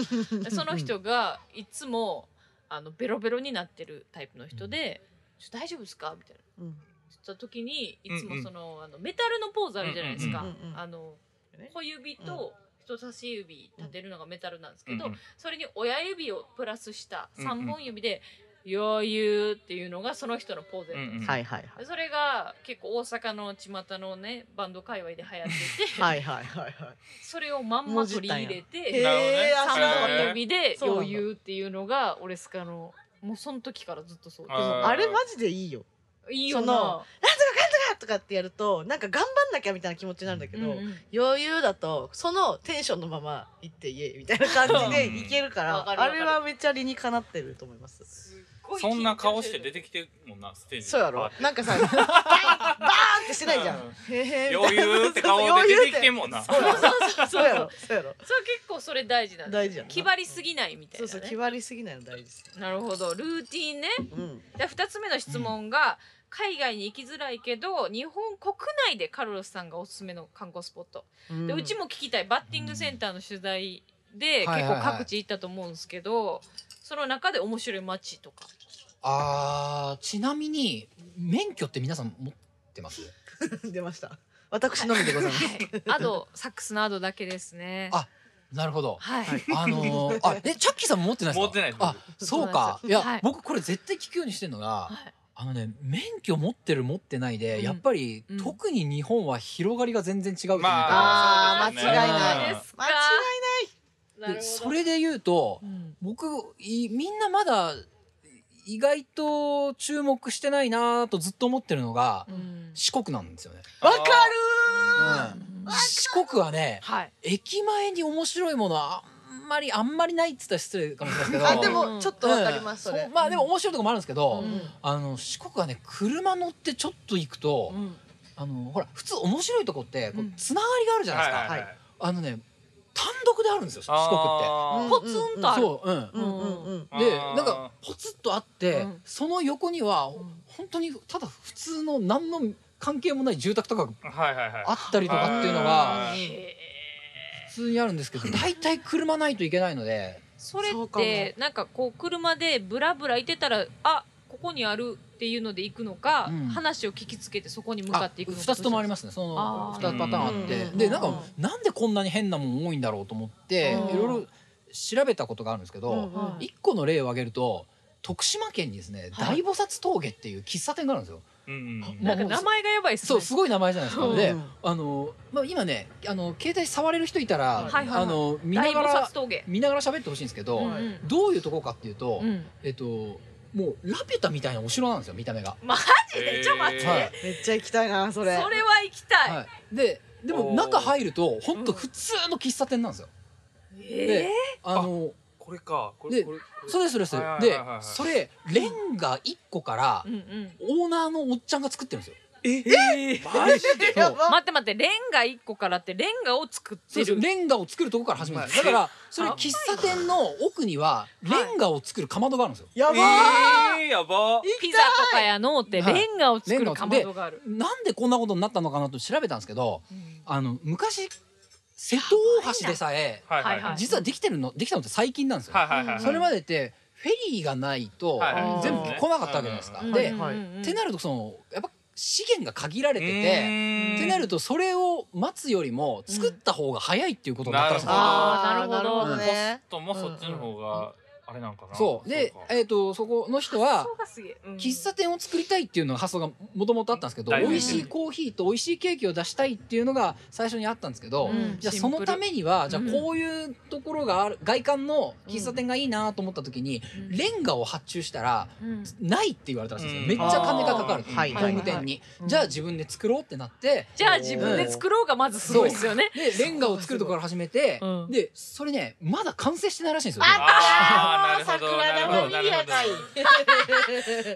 B: その人がいつもあのベロベロになってるタイプの人で「ちょっと大丈夫ですか?」みたいな
A: うん
B: 言った時にいつ
C: うんう
B: も
C: ん
B: その,、あのメタルのポーズあるじゃないですか、
A: うんうんうん
B: あの
A: ね
B: 小指と人差し指立てるのがメタルなんですけど、
C: うんうん
B: それに親指をプラスした
C: うんうん
B: 3本指で「余裕」っていうのがその人のポーズやったんですよ
C: うん
A: はいはい
B: それが結構大阪の巷のねバンド界隈で流行 ってて、
A: はいはいはいは いはい
B: それをまんま取り入れ
A: へ
B: て
C: なるほどね
A: えあ知らなか
B: 3
A: っ
C: へー
B: 本指で
A: そうなんだ
B: 余裕っていうのが俺スカのもうその時からずっとそう
A: たで
C: あ
A: も
C: ー
A: あれマジでいいよ
B: いいよ
A: そ
B: な
A: の、あーとかってやるとなんか頑張んなきゃみたいな気持ちになるんだけ
B: うん
A: ど、
B: うん
A: 余裕だとそのテンションのまま行って言えみたいな感じでいけるか
B: うん
A: ら、
B: わかるわ
A: あ
B: かる
A: れはめっちゃ理にかなってると思います
B: すっごい緊張る
C: そんな顔して出てきてるもんなステージ
A: そうやろなんかさバーンってしてないじゃん、
C: うん
A: へへ
C: 余裕って顔で出てきてんもんな
A: そうやろ
B: そう
A: そう
B: そう
A: やろそう
B: そう
A: やろ
B: そう結構それ大事なんです
A: 大事やんな
B: 気張りすぎないみたい
A: そう
B: な、ね、
A: そう決まりすぎないの大事ですよ
B: なるほどルーティンね
A: うん
B: じゃあ2つ目の質問が、海外に行きづらいけど日本国内でカルロスさんがおすすめの観光スポット
A: ん
B: でうちも聞きたいバッティングセンターの取材で
D: うんはい
B: 結
D: はいはい
B: 構各地行ったと思うんですけど、その中で面白い街とか
D: あーちなみに免許って皆さん持ってます
A: 出ました私のみでござい ます
B: アドサックスのアドだけですね
D: あなる ほど
B: はい、
D: あのー、あえチャッキーさんも持ってないですか
C: 持ってないです
D: あそうか
B: そうなんです
D: いや、
B: はい
D: 僕これ絶対聞くようにしてるのが、
B: はい
D: あのね免許持ってる持ってないで、
B: うん
D: やっぱり、
B: うん
D: 特に日本は広がりが全然違うというか、
C: ま
A: あー
C: そうです
A: 間
C: よね
A: 違いない
B: そうですか
A: 間違い
B: なるほ
D: で
B: ど
D: それで言うと
B: うん
D: 僕いみんなまだ意外と注目してないなぁとずっと思ってるのが、
B: うん
D: 四国なんですよね、
A: わかる
D: うん四国はね
B: はい
D: 駅前に面白いものはあんまりあんまりないって言ったら失礼かもしれないですけど
A: あでもちょっとわかります
D: うん
A: それ
D: うまあでも面白いとこもあるんですけど、
B: うん
D: あの四国はね車乗ってちょっと行くと、
B: うん
D: あのほら普通面白いとこってこ
B: う
D: うんつながりがあるじゃないですか、
A: はい
D: あのね単独であるんですよ四国
A: うん
B: ポツンとある
D: って。そううん
A: うんうんうん
C: あー
D: でなんかポツッとあって、
B: うん
D: その横には
B: ん
D: 本当にただ普通の何の関係もない住宅とかが
C: はいはいはい
D: あったりとかっていうの
C: あ
D: が
C: ー
B: へー
D: 普通にあるんですけど大体車ないといけないので
B: それ
A: そ
B: っ
A: うかも
B: てなんかこう車でブラブラいてたらあここにあるっていうので行くのか、
D: うん
B: 話を聞きつけてそこに向か
D: あ
B: っていくのか
D: 2つともあり
B: ま
D: ますねその
B: あー
D: 2パターンあって、
A: うん
D: でなん
B: うん
D: かなんでこんなに変なもん多いんだろうと思って
B: うん
D: いろいろ調べたことがあるんですけど、
A: うんうん
B: はい
D: 一個の例を挙げると徳島県にですね、
B: はい
D: 大菩薩峠っていう喫茶店があるんですよ。
C: うんうんうん
D: まあ
B: なんか名前がやばいっす
D: そう
B: ね
D: すごい名前じゃないですか。で
A: う、ん
D: あのまあ今ねあの携帯触れる人いた
A: は
D: ら、
A: い
B: はいはい
D: あの見な
B: 大
D: が
B: 菩
D: ら
B: 薩峠
D: 見ながら喋ってほしいんですけど、
A: うん
D: どういうとこかっていうと、
B: うん
D: えっともうラピュタみたいなお城なんですよ見た目が。
B: マジでちょっと待って、
C: は
D: はい
C: い。
A: めっちゃ行きたいなそ
B: そ
A: れ
B: れは行きたい、
D: はい。ででも
C: おー
D: 中入ると本当普通の喫茶店なんですよ。
B: え
D: あの
C: これかこ
D: で
C: れこれこれ
D: それそれそれ
C: はい
D: で
C: はいはいはい
D: それレンガ1個から
B: うんうん
D: オーナーのおっちゃんが作ってるんですよ
C: マジで
D: そ う
A: やば
B: 待って待ってレンガ一個からってレンガを作っ
D: そう
B: て
D: です
B: る
D: レンガを作るとこから始めるんですだ
C: はい
D: からそれ
B: あ
D: 喫茶店の奥にはレンガを作るかまどがあるんですよ
A: やばー
C: えー、やば
B: ピザとかやのうて
D: はい
B: レンガを作
D: レンガ
B: る
D: を
B: かまどがある、
D: なんでこんなことになったのかなと調べたんですけど
B: うん
D: あの昔瀬戸大橋でさえ
C: はいはい
B: はいはい
D: 実はできてるのできたのって最近なんですよ
C: はいはいはい
D: それまでってフェリーがないと
C: はいはい
D: 全部来なかったわけじゃないですか
A: う。ん
D: で、
A: はいはい
D: ってなるとそのやっぱ資源が限られてて、
C: て
D: ってなるとそれを待つよりも作った方が早いっていうことになったらしいんですよ。
B: あーなるほ
A: な
B: ど
A: ね
C: ともそっちの方があれなんかな
D: そうで
C: か
D: えっ、とそこの人は
B: 発想がすげえ、うん
D: 喫茶店を作りたいっていうのが発想がもともとあったんですけど、
C: 大
B: 事
D: 美味しいコーヒーと美味しいケーキを出したいっていうのが最初にあったんですけど、
B: うん
D: じゃあ
B: シン
D: そ
B: プル
D: のためにはじゃあ
B: うん
D: こういうところがある外観の喫茶店がいいなと思った時に、
B: うん
D: レンガを発注したら
B: うん
D: ないって言われたらしいんですよ、
C: うん
D: めっちゃ金がかかる
C: あー
A: はい
D: 工務店に、
A: うん
D: じゃあ自分で作ろうってなって
B: じゃあ自分で作ろうがまずすごいですよね
D: でレンガを作るところから始めて、
B: うん
D: でそれねまだ完成してないらしいんですよ
C: あーなるほど
E: 桜
C: なる
E: 田
C: ほど
E: ファミリアがいい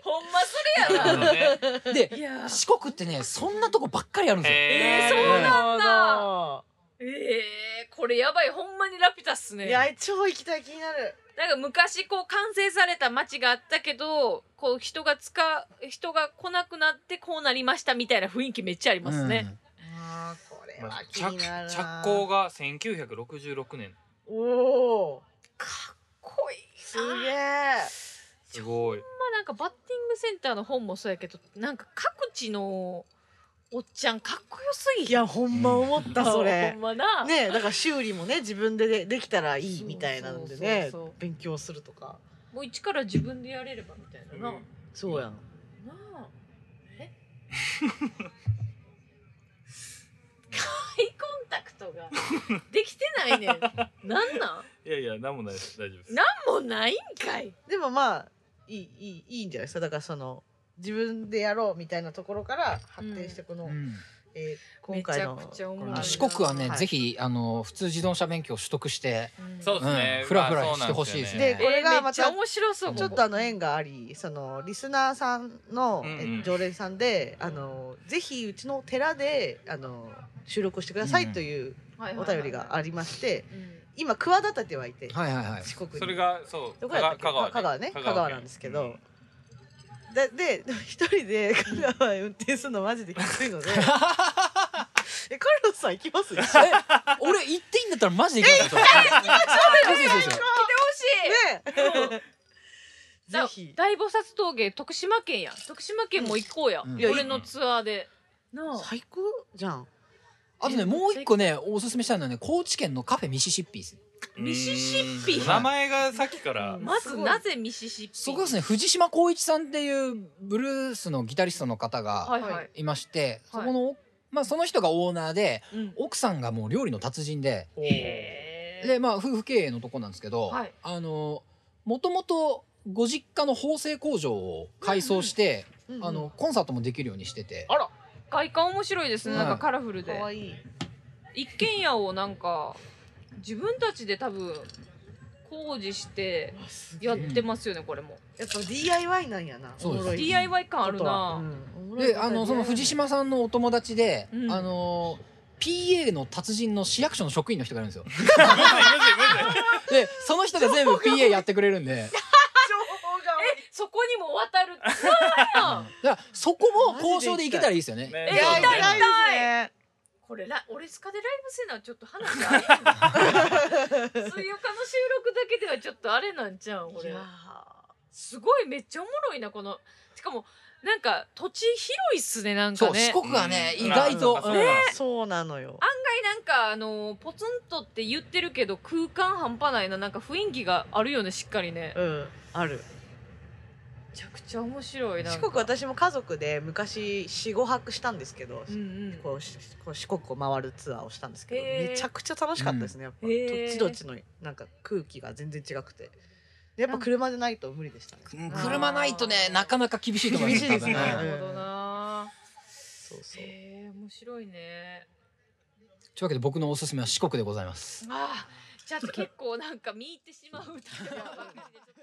B: ほんまそれ
C: な
B: や
C: る
B: な
C: ほどね
D: で
B: いやー
D: 四国ってねそんなとこばっかりあるんですよ。
C: へ
B: えーそうなん
A: だ
B: えー、これやばいほんまにラピュタっすね
A: いや超行きたい気になる
B: なんか昔こう完成された街があったけどこう人が使う人が来なくなってこうなりましたみたいな雰囲気めっちゃありますね、
A: あーこれ
C: ま
A: は
C: あ
A: 気
C: 着
A: になるな
C: 着工が1966年
A: おお
B: かっこいい
A: す
B: な
A: げえ
C: すごい
B: まあなんかバッティングセンターの本もそうやけどなんか各地のおっちゃんかっこよすぎ
A: いやほんま思ったそれ
B: ほんまな、
A: ねえだから修理もね自分ででできたらいいみたいなのでね
B: そうそうそう
A: 勉強するとか
B: もう一から自分でやれればみたいなな、
A: そうやん
B: なあえアイコンタクトができてないねんなんなん
C: いやいやなんもないです大丈夫です
B: なんもないんかい
A: でもまあいいいいいいんじゃないですかだからその自分でやろうみたいなところから発展してこの、
D: うん
A: えー今回の
B: めちゃくちゃおもろ
A: こ
B: いな
A: の
D: あ四国はね、
A: はい
D: ぜひあの普通自動車勉強取得して、
C: そうですね
D: うんフラフラしてほしいですね
A: でこれが
B: えーめ
A: ま
B: っちゃ
A: た
B: 面白そう
A: ちょっとあの縁がありそのリスナーさんの、
C: うんうん
A: えー常連さんであのぜひうちの寺であの収録してくださいというお便りがありまして今企ててはいて
D: はいはいはい。
A: 四国に
C: それがそう
A: どこやったっけ
C: 香川
A: 香川ね香川なんですけど、だで一人で香川運転するのマジできついのでえカルロスさん行きますね
D: え、俺行っていいんだったらマジで行きます。行きましょう。
B: ぜ
A: ぜ
B: ひ
A: ひ
B: 大菩薩峠徳島県や徳島県も行こうや、
D: うん
A: いや
B: 俺のツアーで、なあ
A: 最高じゃん
D: あとねもう一個ねおすすめしたいのはね高知県のカフェミシシッピーです。
B: ミシシッピ
C: うん名前がさっきから
A: うん
B: まずなぜミシシッピ
D: そこですね藤島光一さんっていうブルースのギタリストの方が
B: はいはい、
D: いまして、
B: はい
D: そこのまあその人がオーナーで
B: うん、
D: 奥さんがもう料理の達人で、
B: へー
D: でまあ夫婦経営のとこなんですけど、
B: はい
D: あのもともとご実家の縫製工場を改装して、
A: うんうん
D: あのコンサートもできるようにしてて、
B: 外観面白いですね、
D: はい
B: なんかカラフル
A: か
B: で
A: わいい
B: 一軒家をなんか自分たちで多分工事してやってますよねこれも、
A: やっぱ DIY なんやな
D: そうです
A: おもろい
B: DIY 感あるな、
D: であのその藤島さんのお友達で、
B: うん
D: あの PA の達人の市役所の職員の人がいるんですよ。
C: むずいむずいむずい
D: でその人が全部 PA やってくれるんで、
B: えそこにも渡るツアーや
D: うん
B: ん
D: だからそこも交渉でいけたらいいですよね。
C: ね
A: え
B: えー行きたい行きた
A: い
B: これラ俺スカでライブせなちょっと話 があれん水曜日の収録だけではちょっとあれなんじゃんこ
A: い
B: れ
A: や
B: すごいめっちゃおもろいなこのしかもなんか土地広いっすねなんか
D: そう
B: ね
D: 四国はね、
C: うん
D: 意外と、
C: うん
D: うん
C: ね
A: そうなのよ
B: なんかあのーポツンとって言ってるけど空間半端ないななんか雰囲気があるよねしっかりねめ
A: うんある
B: ちゃくちゃ面白いな
A: 四国私も家族で昔45泊したんですけど
B: うんうん
A: こうしこう四国を回るツアーをしたんですけど
B: へー
A: めちゃくちゃ楽しかったですねやっぱ
B: へー
A: どっちどっちのなんか空気が全然違くてでやっぱ車でないと無理でしたね
D: うん車ないとねなかなか厳しいと思います。
A: 厳しいですね
D: 多分
B: なるほどな
A: そうそう
B: へえ面白いね
D: というわけで僕のおすすめは四国でございます。
B: あーちゃって結構なんか見入ってしまうみたいな番組でちょっと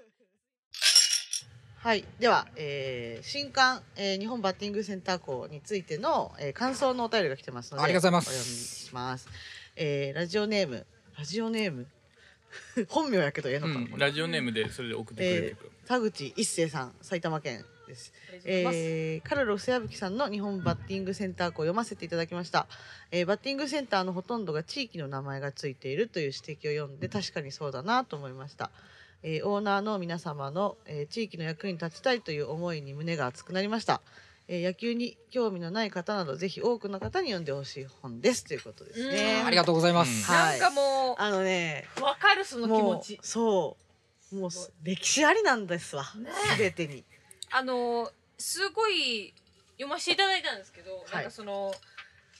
A: はい、では、えー新刊、えー日本バッティングセンター校についての、えー感想のお便りが来てますので、
D: ありがとうございます
A: お読みします。えーラジオネーム、ラジオネーム、 本名やけどええのかな、これ
C: ラジオネームでそれで送ってくれてる
A: 田口一生さん、埼玉県です。えーカルロス矢吹さんの日本バッティングセンター校を読ませていただきました、えーバッティングセンターのほとんどが地域の名前がついているという指摘を読んで確かにそうだなと思いました、えーオーナーの皆様の、えー地域の役に立ちたいという思いに胸が熱くなりました、えー野球に興味のない方などぜひ多くの方に読んでほしい本ですということですね
B: うん
D: ありがとうございます。
B: なんかも
A: あのね
B: うわかるその気持
A: も
B: ち
A: うそうもう
B: す
A: 歴史ありなんですわ全てに
B: あのすごい読ませていただいたんですけど、
A: い
B: なんかその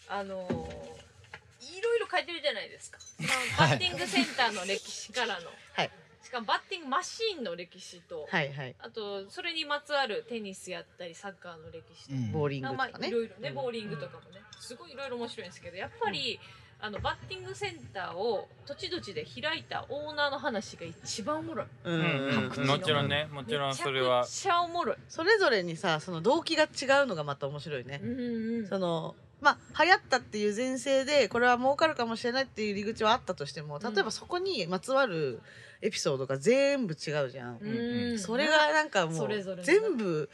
B: あのいろいろ書いてるじゃない ですか。その
D: い
B: バッティングセンターの歴史からの、
A: はい
B: しかもバッティングマシーンの歴史と、
A: はいはい
B: あとそれにまつわるテニスやったりサッカーの歴史と、
D: うん
A: ボーリング
B: あ
A: と
B: ま
A: か
B: あ
A: ね
B: いろいろね
A: うん
B: ボーリングとかもね、すごいいろいろ面白いんですけど、やっぱり、あのバッティングセンターを土地土地で開いたオーナーの話が一番おもろい。
A: う
C: うんんうんもちろんねもちろんそれは
B: めちゃくちゃおもろい。
A: それぞれにさその動機が違うのがまた面白いね
B: う、んうん。
A: そのまあ流行ったっていう前提でこれは儲かるかもしれないっていう入り口はあったとしても例え
B: うん
A: ばそこにまつわるエピソードが全部違うじゃん、
B: うん
A: それがなんかも
B: そうれぞれの
A: 全部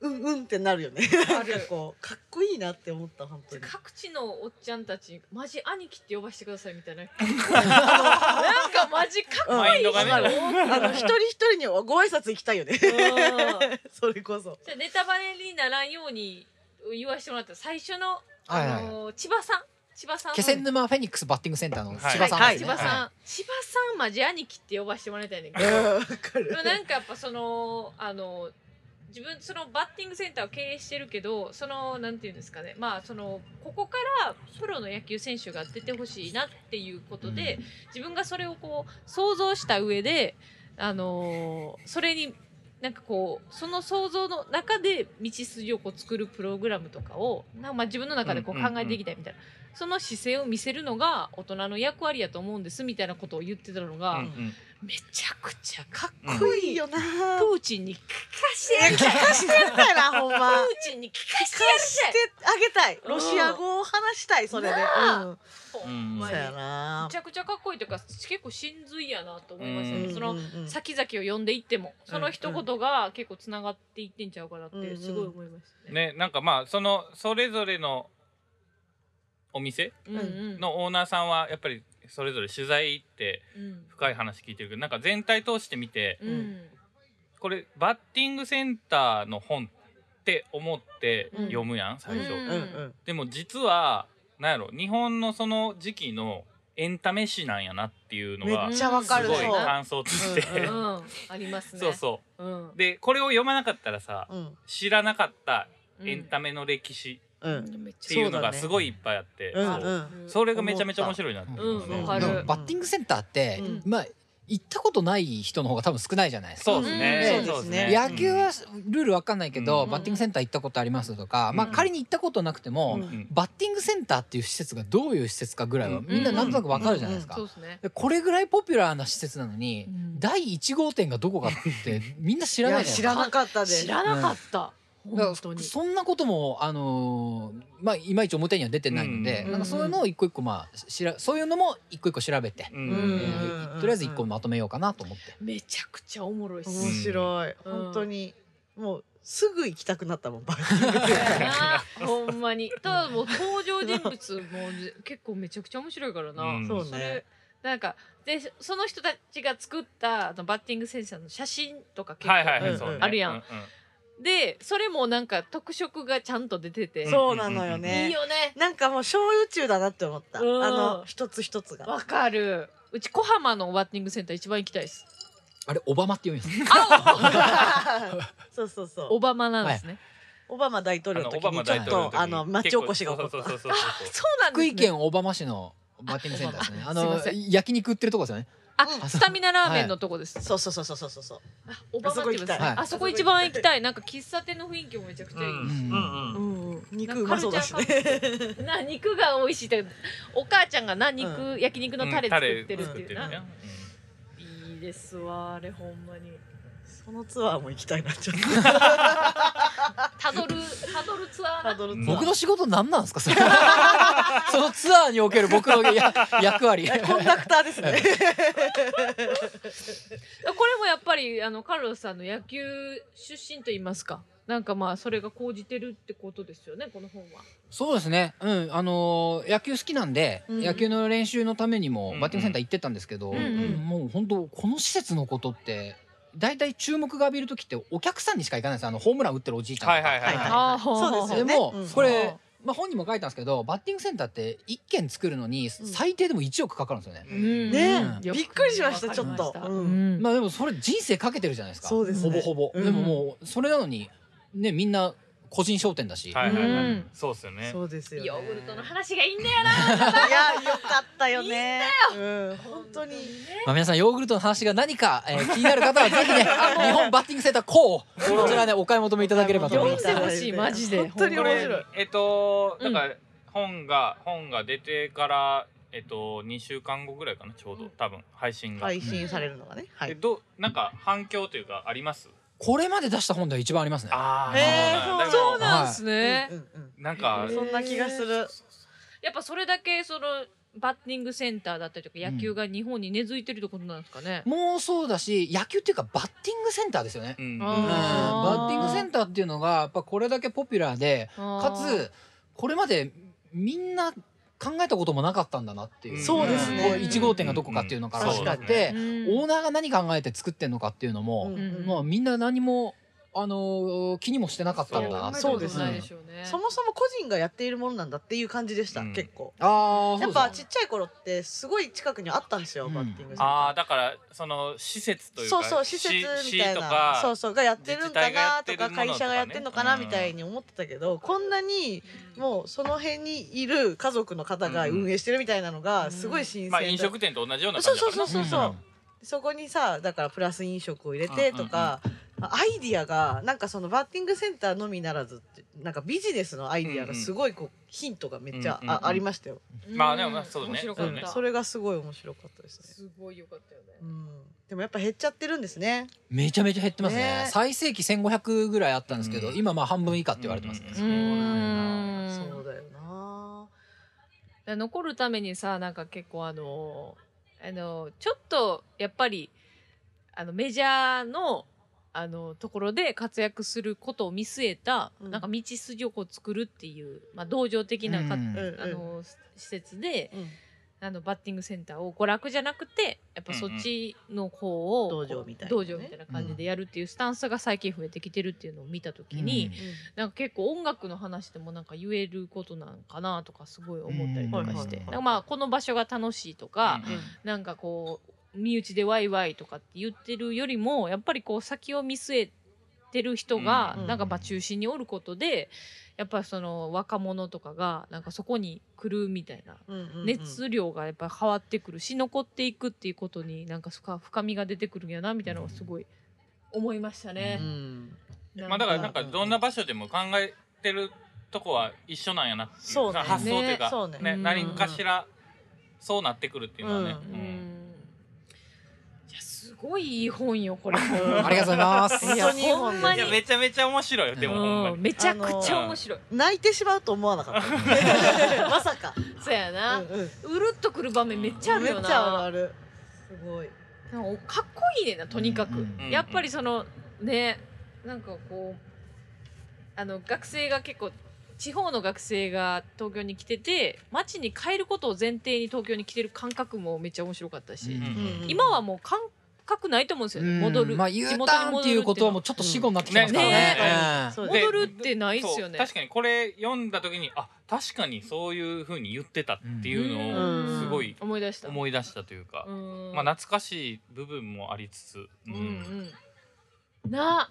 A: うんうんってなるよねなんか こうかっこいいなって思った本当に
B: 各地のおっちゃんたちマジ兄貴って呼ばせてください みたいななんかマジかっこ
C: マイ
B: い
C: ン
B: い
C: ドがね
B: 人が
A: あ
B: 多
A: の
B: く
A: 一
B: て
A: 人一人にご挨拶行きたいよね
B: うん
A: それこそ
B: じゃあネタバレにならんように言わせてもらったら最初の、あ
D: はい
B: の千葉さん千葉さん
D: 気仙沼フェニックスバッティングセンターの千葉さん
B: は
D: で
B: い
D: す
B: 千
D: ね。
B: 葉さん、
D: は
B: 千葉さんマジ兄貴って呼ばせてもらいたいねんけ
A: う
B: ど
A: んわか
B: で
A: る
B: もなんかやっぱそのあの自分そのバッティングセンターを経営してるけどそのなんていうんですかねまあそのここからプロの野球選手が出てほしいなっていうことで、自分がそれをこう想像した上であのーそれになんかこうその想像の中で道筋をこう作るプログラムとかをなんかまあ自分の中でこ
C: う
B: うん
C: うんうん
B: 考えていきたいみたいな、その姿勢を見せるのが大人の役割やと思うんですみたいなことを言ってたのが、
C: うんうん
B: めちゃくちゃかっ
A: かっ
B: こ
A: こ
B: いい。
A: いいよな
B: プーチンに聞かしてや
A: え
B: り
A: 聞
B: たい。
A: かしてやりたいなほん
B: プ
A: ま
B: ーチンに聞か
A: 聞
B: し
A: か
B: てや
A: して
B: り
A: あげたい
B: うん
A: ロシア語を話したいそれで、
B: なあ
A: うん、
B: たい。ほ
C: うん
B: んま
A: そう
B: に。
A: や
B: め
A: な
B: ちゃくちゃかっこいいというか結構真髄やなと思いました
C: う
B: ね。
C: ん
B: その先々を読んでいってもその一言が結構つながっていってんちゃうかなってすごい思いましたね。
C: ねなんかまあそのそれぞれのお店
B: うんうん。
C: のオーナーさんはやっぱりそれぞれ取材って
B: うん
C: 深い話聞いてるけどなんか全体通してみて
B: うん
C: これバッティングセンターの本って思って読むやん最初、
B: うん
A: うんうん
C: でも実はなんやろ日本のその時期のエンタメ誌なんやなっていうのが
A: めっ
C: す
A: ちゃわかる
C: ごい
A: そう
C: 感想として、
A: うんうん
B: うん。ありますね。
C: そうそ
B: うん
C: う。でこれを読まなかったらさ
A: うん
C: 知らなかった
B: うん。
C: エンタメの歴史
A: う
B: うんんめっ
C: って
B: ち
C: いうのが
A: そうだね
C: すごいいっぱいあって、
A: うん
C: そう
A: うん
B: ゃ。
C: それがめちゃめちゃ面白いなって思いますね
B: うんわかる
D: でもバッティングセンターって、
A: うん
D: まあ行ったことない人の方が多分少ないじゃないですか。
C: そうですね、
A: うん
C: そうですね
D: 野球はルールわかんないけど、
B: うん
D: バッティングセンター行ったことありますとか、
C: うん
D: まあ仮に行ったことなくても、
A: う
C: うんんうん
D: バッティングセンターっていう施設がどういう施設かぐらいは
C: うん
D: みんななんとなくわかるじゃないですか。
B: そうですね。
D: でこれぐらいポピュラーな施設なのに、
B: うん
D: 第1号店がどこかってみんな知
A: い
D: らな
A: や
D: いじゃないで
A: 知な
D: すから
A: かったで
B: 知らなかった。
D: だから
B: 本当に。
D: そんなこともあのーまあいまいち表には出てないので、
B: うん
D: なんかそういうのを一個一個まあしらそういうのも一個一個調べて、
C: うん
A: う
D: え
A: ん
D: ーとりあえず一個まとめようかなと思って。
B: めちゃくちゃおもろいっす。
A: 面白い、
B: うん
A: 本当にもうすぐ行きたくなったもんバッティング
B: そうやなほんまにただもう登場人物もぜ結構めちゃくちゃ面白いからな、
C: うん
A: そう
B: そ
A: ね
B: れなんかでその人たちが作ったあのバッティングセンサーの写真とか結構、
C: はいはいはい、
A: うん
C: そうね
B: あるやん
C: う
B: でそれもなんか特色がちゃんと出てて、
C: うん
A: そうなのよ
B: いい
A: ね
B: よね
A: なんかもう小宇宙だなって思ったあ
B: うん
A: の一つ一つが
B: わかるうち小浜のバッティングセンター一番行きたいです
D: あれオバマって読みます。
A: そうそうそ
B: オ
A: う
B: バマなんですね、
A: オバマ大統領の時
C: あのオバマ
A: にち
C: 大
A: ょっ
C: 統領の時
A: とあの町おこしが起こった
C: そうそうそうそうそうそう
B: そうなん
D: 福
B: で
D: 井
B: すね
D: 県小浜市のバッティングセンターですね。
B: あ
D: あの
B: すいませ
D: 焼肉売ってるとこですよね。
B: あ
A: う、
B: スタミナラーメンのとこです。
A: そうそうそうそうそうそう
B: あオバマって言いますね
D: はい
B: あそこ一番行きたい。なんか喫茶店の雰囲気もめちゃくちゃいい。
D: ん
B: う
A: うん
B: んうん
A: 肉うまそうだしね。
B: な肉が美味しいってお母ちゃんがな肉、焼肉のタレ作ってるっていうな、
A: うんタレ作
B: いいですわあれほんまに
A: そのツアーも行きたいなちょっと。
B: たどるたどるツアー
A: ハー
B: な
A: ドルツアー
D: 僕の仕事何なんですかそれそのツアーにおける僕のや役割
A: コンダクターですね。
B: これもやっぱりあのカルロスさんの野球出身といいますかなんかまあそれが講じてるってことですよねこの本は
D: そうですね、うんあのー野球好きなんで、
A: うん
D: 野球の練習のためにも
C: うん
D: バッティングセンター行ってたんですけど、
B: うんうん
D: もう本当この施設のことって大体注目が浴びる時ってお客さんにしか行かないんですよあのホームラン打ってるおじいちゃんとか。
C: はいはいはい
A: はい
C: は
B: ああ
A: そうですよね
D: でも、
A: うん
D: こ
B: そう
D: れ、まあ、本にも書いたんですけどバッティングセンターって1軒作るのに最低でも1億かかるんですよね。
C: い。
B: うん
A: ね
B: うん
A: びっくりしましたちょっと
B: わかりま
A: う
B: した
A: ん
B: うん
D: まあでもそれ人生かけてるじゃないですか
A: そうですね
D: ほぼほぼ、
A: うん
D: でももうそれなのにねみんな個人商店だし、
C: はいはいは
B: う
C: い
B: ん。
C: そうですよね。
A: そうですよ、ね。
B: ヨーグルトの
A: い
B: 話がいいんだよな
A: やよかったよね。うん本当に。
D: まあ、皆さんヨーグルトの話が何か、え ー気になる方は ぜひね日本バッティングセンターこうこちらねお買い求めいただければと思い
B: 読
D: ま
B: ん
D: す
B: で。ほしいマジで
A: 本当に
C: こ
A: 面
C: れ
A: 白い。
C: えっと
B: う
C: だ
B: ん
C: から本が本が出てからえっと2週間後ぐらいかなちょう
B: う
C: ど
B: ん
C: 多分配信が。
A: 配信されるのがね。は
C: え
A: い。
C: どうなんか反響というかあります？
D: これまで出した本では一番ありますね。
C: あ
A: ーへー
C: だけど
B: そうなんですね、
A: うんうん
C: なんか
A: うん。そんな気がする。
B: やっぱそれだけそのバッティングセンターだったりとか
D: うん
B: 野球が日本に根付いてるってことなんですかね。
D: もうそうだし野球っていうかバッティングセンターですよね。
C: うん
D: うん、
B: あ
D: バッティングセンターっていうのがやっぱこれだけポピュラーでか
B: か
D: つこれまでみんな考えたこともなかったんだなっていう
A: そうですね
D: こ1号店がどこかっていうのから始まっ
C: うんそう
D: て、オーナーが何考えて作ってんのかっていうのも、
A: うん
D: まあ、みんな何も、あのー気にもしてなかったんだなってい
A: そうですね
B: ないでしょうね。
A: そもそも個人がやっているものなんだっていう感じでした、
C: うん
A: 結構。
D: ああ
A: やっ
D: そう
A: ぱ
D: で
A: ちっちゃい頃ってすごい近くにあったんですよ、
D: うん
A: バッティングセンター。
C: ああだからその施設というか
A: そうそう施設
C: 市
A: みたい
C: 市と
A: な
C: か
A: そうそうがやってるんかなとか
C: 自治体がやってるものとかね
A: 会社がやってるのかな
C: うん
A: みたいに思ってたけど、こんなにもうその辺にいる家族の方が運営してるみたいなの
B: う
A: が
B: ん
A: すごい新鮮
C: ま
A: だ、
C: あ飲食店と同じような
A: そ
C: 感
A: う
C: じだ
A: そう
C: から
A: そう
C: な
A: そうそう、そこにさだからプラス飲食を入れてとか、アイディアがなんかそのバッティングセンターのみならずってなんかビジネスのアイディアがすごいこうヒントがめっちゃあ,、
C: うんうんうん
A: ありましたよ、
B: うん
C: まあでもまあそうね
B: 面白か
A: う
B: っ
A: ん
B: た。
A: それがすごい面白かったですね、
B: すごい良かったよね。
A: うん、でもやっぱ減っちゃってるんですね
D: すめちゃめちゃ減ってますね
A: ね
D: 最盛期1500ぐらいあったんですけど、
C: うん
D: 今まあ半分以下って言われてますね、
C: うん
B: うーん
A: そうだよな
B: だから残るためにさなんか結構あのーあのーちょっとやっぱりあのメジャーのあのところで活躍することを見据えた、
A: うん
B: なんか道筋をこう作るっていう、まあ、道場的なか、
D: うん
B: あのー施設で
A: うん
B: あのバッティングセンターを娯楽じゃなくてやっぱそっちの方を、
A: うんうん
B: こう
A: 道場みたいなね
B: 道場みたいな感じでやるっていうスタンスが最近増えてきてるっていうのを見た時に、
D: うん
B: なんか結構音楽の話でもなんか言えることなんかなとかすごい思ったりとかして、
D: うん
B: なんかまあこの場所が楽しいとか、なんかこう身内でワイワイとかって言ってるよりもやっぱりこう先を見据えてる人が
A: うん
B: なんかまあ中心におることでやっぱりその若者とかがなんかそこに来るみたいな
A: うんうんうん
B: 熱量がやっぱ変わってくるし残っていくっていうことになんか深深みが出てくるんやなみたいなのがすごい思いました
A: う
B: ね。
A: ん
C: まあだからなんか
A: うん
C: どんな場所でも考えてるとこは一緒なんやなっていう
A: そうね
C: 発想という
A: ねそ
C: か
A: うね
C: ね
B: うん
C: 何かしらそうなってくるっていうのはね
A: う
B: う
C: うんん
B: いやすごいいい本よこれ。
D: ありがとうございます
A: 本当にいい本
B: いやほん
A: で
B: ま
A: す
B: に
C: いやめちゃめちゃ面白いよでもほんま
B: うん
C: に
B: めちゃくちゃ面白い。
A: 泣いてしまうと思わなか った。まさか。
B: そうやな、う
A: うんうん
B: るっとくる場面めっちゃあるよ
A: めっちゃ
B: な。
A: ある。すごい。
B: なんかかっこいいねんなとにかく、
D: うん
C: うん
B: やっぱりそのねなんかこうあの学生が結構地方の学生が東京に来てて町に帰ることを前提に東京に来てる感覚もめっちゃ面白かったし、
D: うん
A: うん
B: 今はもう感覚ないと思うんですよね、戻る、
D: まあ、U ターンっていうことはも
B: 戻
D: う
B: る
D: ちょっと死後になってきてますからね。
B: ね
D: うん
A: そう
B: 戻るってないっすよね
C: そう確かにこれ読んだ時にあ確かにそういう風に言ってたって
B: って
C: い
B: いうう
C: のを
B: のを
C: すごい
B: 思い出した。
C: 思い出したというか、
B: うん
C: まあ懐かしい部分もありつつ、う
B: うん
C: ん
B: うん、な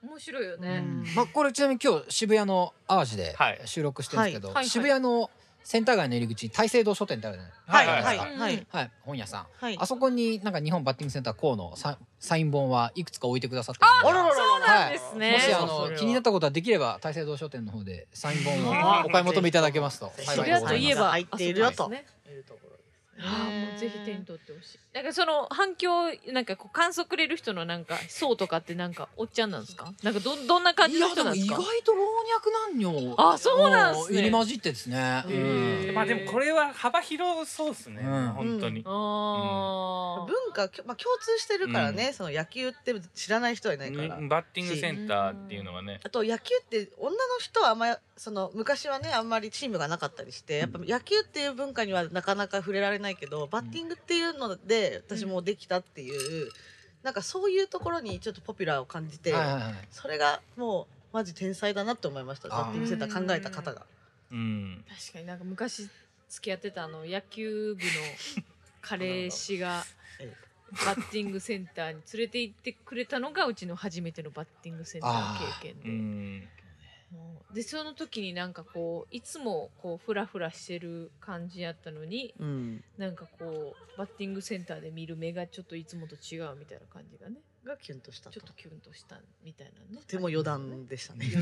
B: 面白いよね。
A: うん
D: まあ、これちなみに今日渋谷の淡路で
C: はい
D: 収録してるんですけど、
B: はいはいはい
D: 渋谷のセンター街の入り口に大聖堂書店ってあるじゃない
A: はい
C: はい
A: は
C: はい
A: は
C: い
A: い
D: はい、本屋さん、
A: はい
D: あそこになんか日本バッティングセンター校のササイン本はいくつか置いてくださって
A: あららら
B: そうなんですね。
D: もしあ
B: そ
D: の
B: れは
D: 気になったことはできれば大聖堂書店の方でサイン本
A: あ
D: をお買い求めいただけますと
A: ぜひ
B: そ
D: 幸
B: り
D: いで
B: ゃと
D: ござい
B: いえ
D: ます。
B: ば
A: 入っているよと
B: あそこですね
A: いるところです
B: ああもうぜひ手に取ってほしい。なんかその反響なんかこう感想くれる人のなんか層とかってなんかおっちゃんなんですか？なんかどどんな感
D: い
B: じの
D: やで
B: 人な
D: も
B: んで
D: 意
B: す
D: 外
B: か？
D: と老若男女
B: あそうなんすね
D: も入り混じってですね。うん
B: へえ
C: まあでもこれは幅広そうですね、
D: うん
C: 本当に、
B: ああ。
A: 文化、きょまあ、共通してるからね、その野球って知らない人はいないから、
C: うんバッティングセンターっていうのはね
A: あと野球って女の人はあんまその昔はねあんまりチームがなかったりしてやっぱ野球っていう文化にはなかなか触れられないけどバッティングっていうので私もできたっていう、なんかそういうところにちょっとポピュラーを感じて、
D: はいはいはい
A: それがもうマジ天才だなって思いました
D: あー
A: バッティングセンター考えた方が。
C: うん
B: 確かになんか昔付き合ってたあの野球部の彼氏 が
A: え
B: バッティングセンターに連れて行ってくれたのがうちの初めてのバッティングセンター経験
C: う
B: で。
C: ん
B: もうでその時になんかこういつもこうフラフラしてる感じやったのに
A: うん、
B: なんかこうバッティングセンターで見る目がちょっといつもと違うみたいな感じがね
A: がキュンとした
B: ち
A: と
B: ょっとキュンとしたみたいなね
A: とても余談でしたね。
C: 全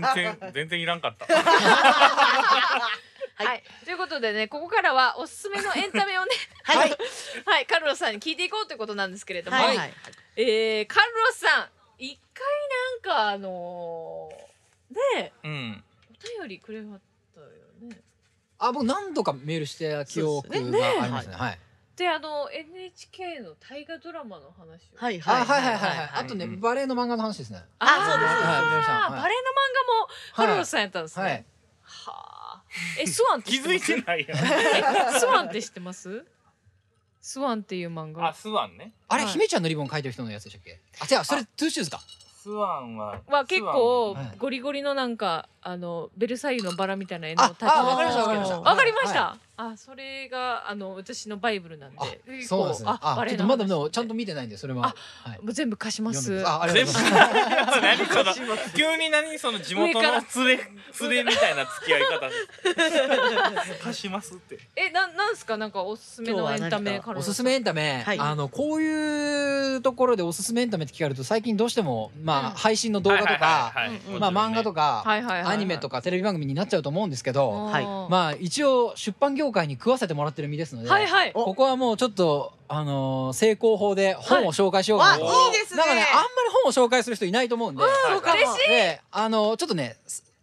C: 然全然いらんかった
B: はい、ということでねここからはおすすめのエンタメをね
A: はい、
B: はいカルロスさんに聞いていこうということなんですけれども、
A: はいはい
B: えーカルロスさん一回なんかあのー、ね
C: うん
B: お便りくれはったよね
D: あ僕何度かメールして記憶がありますね。はい。
B: であの NHK の大河ドラマの話を
A: はい
D: あ
A: は
D: はいいはいはいはい。
A: は
D: あとねバレエの漫画の話ですね。
B: あ
A: あそうです
D: はいメルさんはい
B: バレエの漫画もハルロスさんやったんですね。
D: は
B: はいい。。え、スワンって
C: 気
B: 知って
C: づ
B: ま
C: い
B: す
C: てないよ
B: えスワンって知ってます？スワンっていう漫
C: あ
B: 画
C: スワンね
D: あれ、
B: はい
D: 姫ちゃんのリボン書いてる人のやつでしたっけあ違うそれトゥーシューズか
C: スワンは
B: は結構
C: スワン
D: はい
B: ゴリゴリのなんかあのベルサイユのバラみたいな絵のタ
D: あ
A: あわかりましたわかりました
B: わかりまし
D: は
B: た。あ、それがあの私のバイブルなんで
D: あ。
B: 結構
D: そうなんですねあ
B: バ
D: ち
B: レ
D: ょ
B: エの話
D: っとまだでもちゃんと見てないんでそれははい
B: もう全部貸しま。
D: 読んですあありがと
C: 全
D: う
C: 部
D: ございます
C: 何その急に何その地元の連れ連れみたいな付き合い方貸しますって
B: え、なんなんですかなんかおすすめのエ
A: 今
B: ンタメ
A: 日は何か
B: カロリー
D: おすすめエンタメ、
A: はい
D: あのこういうところでおすすめエンタメって聞かれると最近どうしても、まあ
B: うん
D: 配信の動画とか、
C: はいはいはいはい
D: まあ、漫画とか、
B: はいはいはいはい
D: アニメとかテレビ番組になっちゃうと思うんですけど、
A: はい
B: ま
D: まあ一応出版業界に食わせてもらってる身ですので、
B: はいはい。
A: お
D: ここはもうちょっと、あのー成功法で本を紹介しようかなと、
C: はい
A: あいいですね
D: なんかねあんまり本を紹介する人いないと思うんで、
C: そうかも
B: 嬉しい。
D: であのーちょっとね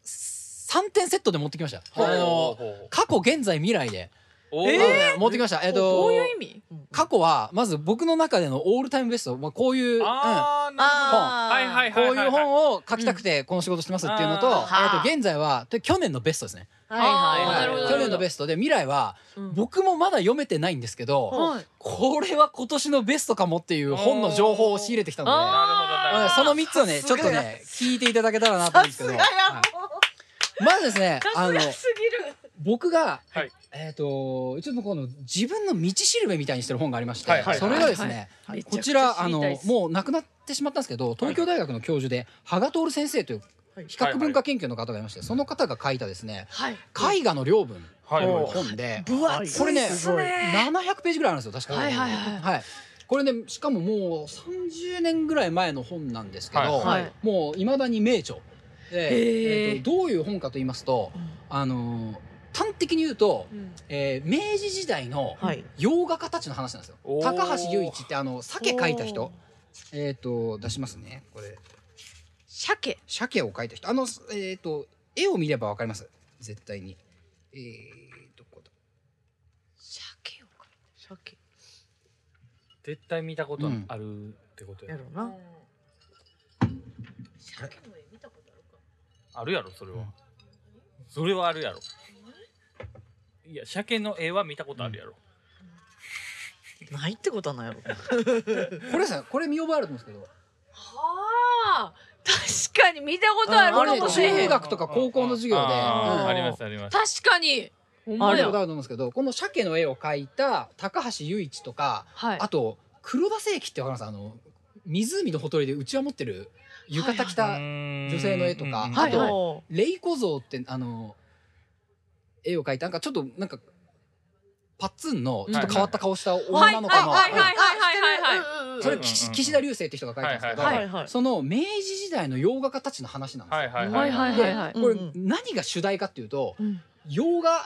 D: 3点セットで持ってきました、
C: ほう
D: あのー
C: ほうほう
D: 過去現在未来で、
C: おー
D: あのね持ってきましたえっ、と
B: どういう意味？
D: 過去はまず僕の中でのオールタイムベスト、まあ、こういう、うん、こ
C: あーな
A: あー
C: るほどはいはいは
D: う
C: いはい
D: いう
C: を
D: 本を書きたくてこの仕事してますっていうのと、
C: うん
D: えっと現在はと去年のベストですね、
A: はいはい
B: なるほど
D: 去年のベストで未来は僕もまだ読めてないんですけど、
B: はい。
D: これは今年のベストかもっていう本の情報を仕入れてきたので。うんその3つをね、ちょっとね、聞いていただけたらなと思うんですけど。はいまずですね、あの、
B: すぎる。
D: 僕が、
C: はい
D: えっ、と、一応この自分の道しるべみたいにしてる本がありまして、
C: はいはいはい
D: それがですね、
B: はいはい
D: こちら、あの
B: めちゃくちゃ知りたいで、す
D: もう亡くなってしまったんですけど、東京大学の教授で、羽賀徹先生という
A: はい
D: 比較文化研究の方がいまして、その方が書いたですね、
B: はい。
D: 絵画の領分と
C: はい
D: いう本で、
A: 分厚いっすね
D: これね、
A: すごい
D: 700ページぐらいあるんですよ、確か
B: はいはいはい
D: はいこれね、しかももう30年ぐらい前の本なんですけど、
C: はい
B: はい
D: もういまだに名著
B: へ
D: で、
B: ー
D: えーとどういう本かと言いますと、あのー端的に言うと、えー明治時代の
A: はい
D: 洋画家たちの話なんですよ。
C: おー
D: 高橋雄一ってあの鮭書いた人、えっ、と出しますね。これ
B: 鮭。
D: 鮭を書いた人、あのえっ、と絵を見ればわかります。絶対に。えー、どこだ。
B: 鮭をか。鮭。
C: 絶対見たことあるってこと
A: や
C: や
A: ろうな。
B: 鮭の絵見たことあるか。
C: あるやろそれ
D: う
C: は
D: ん
C: それはあるやろいや鮭の絵は見たことあるやろ
A: ないってことはないやろ。
D: これですね。これ見覚えあると思うんですけど。
B: はあ。確かに見たことある
D: あ
B: か
D: れ
B: も
A: ね
B: しれへん。
D: 中
B: 確
D: 学とか高校の授業で。
C: あ
D: う
C: ー
D: ん
C: ありますあります
B: かに。ほん
D: あ
B: ま
D: る
B: や
D: ことあ。ると思うんですけど、この鮭の絵を描いた高橋雄一とか、
B: はい
D: あ。と黒田清輝ってわかりますあの湖のほとりでうちわ持ってる浴衣着た
C: 女
D: 女性の絵とか
B: はい
D: あ
B: はい
D: とレイコ像ってあの絵を描いたなんかちょっとなんかパッツンのちょっと変わった顔した女の子の
B: はいはいはいはいはいはい
A: はい
D: それ
C: うんうんう
D: 岸
C: ん
D: 岸田流星って人が描いたんですけど、
C: はい
A: はい
D: その明治時代の洋画家たちの話なんですよ。
C: はいはい
B: はいはいはいはい
D: で
A: うんう
D: こ
A: ん
D: れ何が主題かっていうと
B: うん
D: 洋画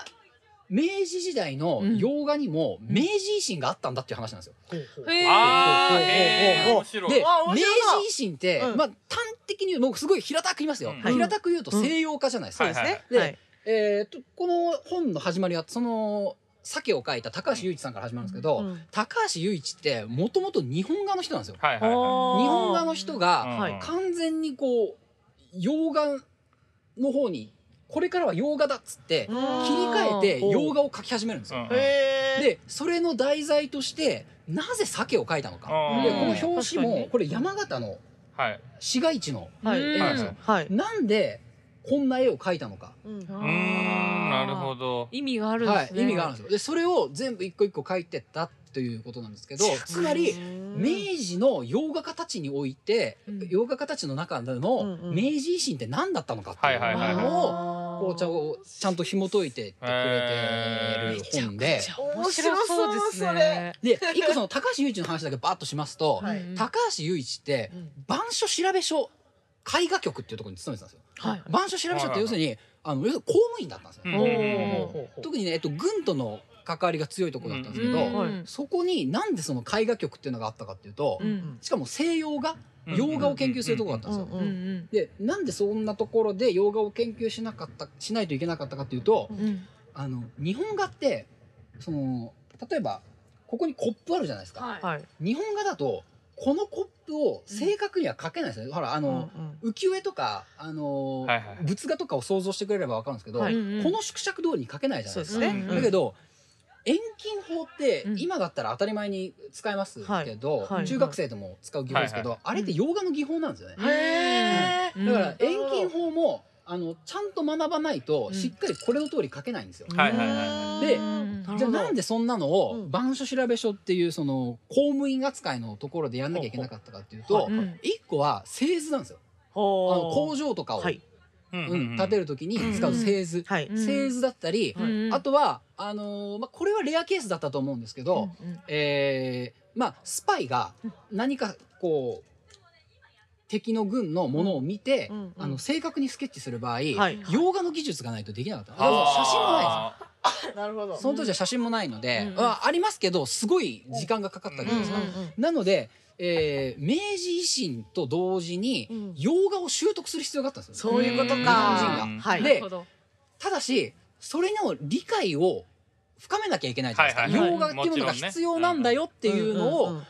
D: 明治時代の洋画にも
B: ん
D: 明治維新があったんだっていう話なんですよ。
B: へー
C: あーへー
D: ほう
C: 面白い
D: で
A: わあ
D: 明
A: 面
D: 治
A: 白いな
D: 維新って、
A: うん
D: まあ端的に言うもうすごい平たく言いますよ、
A: うん
D: 平たく言うと西洋化じゃないですか。
A: そうですね。
D: で
A: はい
D: えーとこの本の始まりはその鮭を描いた高橋雄一さんから始まるんですけど、
A: うん
D: 高橋雄一ってもともと日本画の人なんですよ。日
C: はいはいは
B: あー
D: 本画の人
C: い
D: が
C: うん
A: はい
D: 完全にこう洋画の方にこれからは洋画だっつって切り替えて洋画を描き始めるんです
C: う
D: よ。
C: ん
A: へー
D: でそれの題材としてなぜ鮭を描いたのか。
C: うん
D: で
B: うん
D: この表紙
A: 確か
D: も
A: に
D: これ山形の
C: はい
D: 市街地の
A: はい
B: うん
C: はいはい
A: はい。
D: なんでこんな絵を描いたのか、
A: うん
C: うーんなるほど
B: 意味があるんで
D: は
B: す
D: い、
B: ね、
D: 意味があるんですよでそれを全部一個一個描いてったということなんですけどつまり
A: うん
D: 明治の洋画家たちにおいて、
B: うん
D: 洋画家たちの中で
A: うん
D: の
A: うん
D: 明治維新って何だったのかってい
C: はいはいは
D: う
C: い
D: のを
B: あー
D: こうちゃんをちゃんと紐解いてってくれてる本で
B: めちゃくちゃ面白そう
A: 面白
B: です
A: そうそれ
B: ね。
D: で一個その高橋雄一の話だけバーッとしますと、
A: はい
B: うん
D: 高橋雄一って
A: うん
D: 板書調べ書絵画局っていうところに勤めてたんですよ。
B: はい
D: 板書調べ書って要するに、あの要するに公務員だったんですよ。
C: うん
B: おー
A: 特
D: 特にね、えっと、軍との関わりが強いところだったんですけど、
A: うんはい
D: そこになんでその絵画局っていうのがあったかっていうと、
B: うん
D: しかも西洋画洋画を研究するところだったんですよ。
A: うんうん
B: ん
D: でなんでそんなところで洋画を研究しなかったしないといけなかったかっていうと、
B: うんうん
D: あの日本画ってその例えばここにコップあるじゃないですか、
B: はい
A: はい。
D: 日本画だとこのコップを正確には描けないですよね、ほらあ
A: うんう
D: の、
A: ん
D: 浮世絵とか、あの
C: はいはい
D: 仏画とかを想像してくれれば分かるんですけど、
A: はい
B: うんうん
D: この縮尺通りに描けないじゃない
A: そう
D: で
A: ですす
D: か
A: ね。
B: うん
D: だけど遠近法って
B: うん
D: 今だったら当たり前に使えますけど、
A: はいはい
D: 中学生でも使う技法ですけど、
C: は
D: あれって洋画の技法なんですよね、
A: へ
B: うん
D: だから
A: うん
D: 遠近法もあのちゃんと学ばないと
B: うん
D: しっかりこれの通り書けないんですよ。
C: はいはいは
D: で
B: うん
A: なる
D: じゃ
A: ほ
D: あ
A: ど
D: なんでそんなの
A: う
D: を
A: ん
D: 板書調べ書っていうその公務員扱いのところでやんなきゃいけなかったかっていう
A: ほう
D: と
A: ほ
B: うん。
D: 一個は製図なんですよ。あ
A: ほう
D: の工場とかを、
A: はい
C: うん
D: う
C: うんん
D: 建てる時に使う製図。
A: はいう
B: ん
D: 製図だったり、
B: うん
D: あとはあのーまあ、これはレアケースだったと思うんですけど、
B: うん
D: えーまあ、スパイが何かこう敵の軍のものを見て、
A: うんうん
D: あの正確にスケッチする場合、
A: はい。
D: 洋画の技術がないとできなかっただから写真もないん
C: あ
A: なるほど
D: ですよその当時は写真もないので、
B: うんうん
D: あありますけどすごい時間がかかったわけじゃないですか、
C: うんうん
D: なので、えー明治維新と同時に
A: うん
D: 洋画を習得する必要があったんですよ、
A: そういうことか。
B: 日
D: 本人
C: が
A: はい。
D: で
B: なるほど
D: ただしそれの理解を深めなきゃいけないじゃないですか、
C: はいはいはい
D: 洋画っていうものが
C: もちろんね
D: 必要なんだよっていうの
A: んん
D: を
A: ん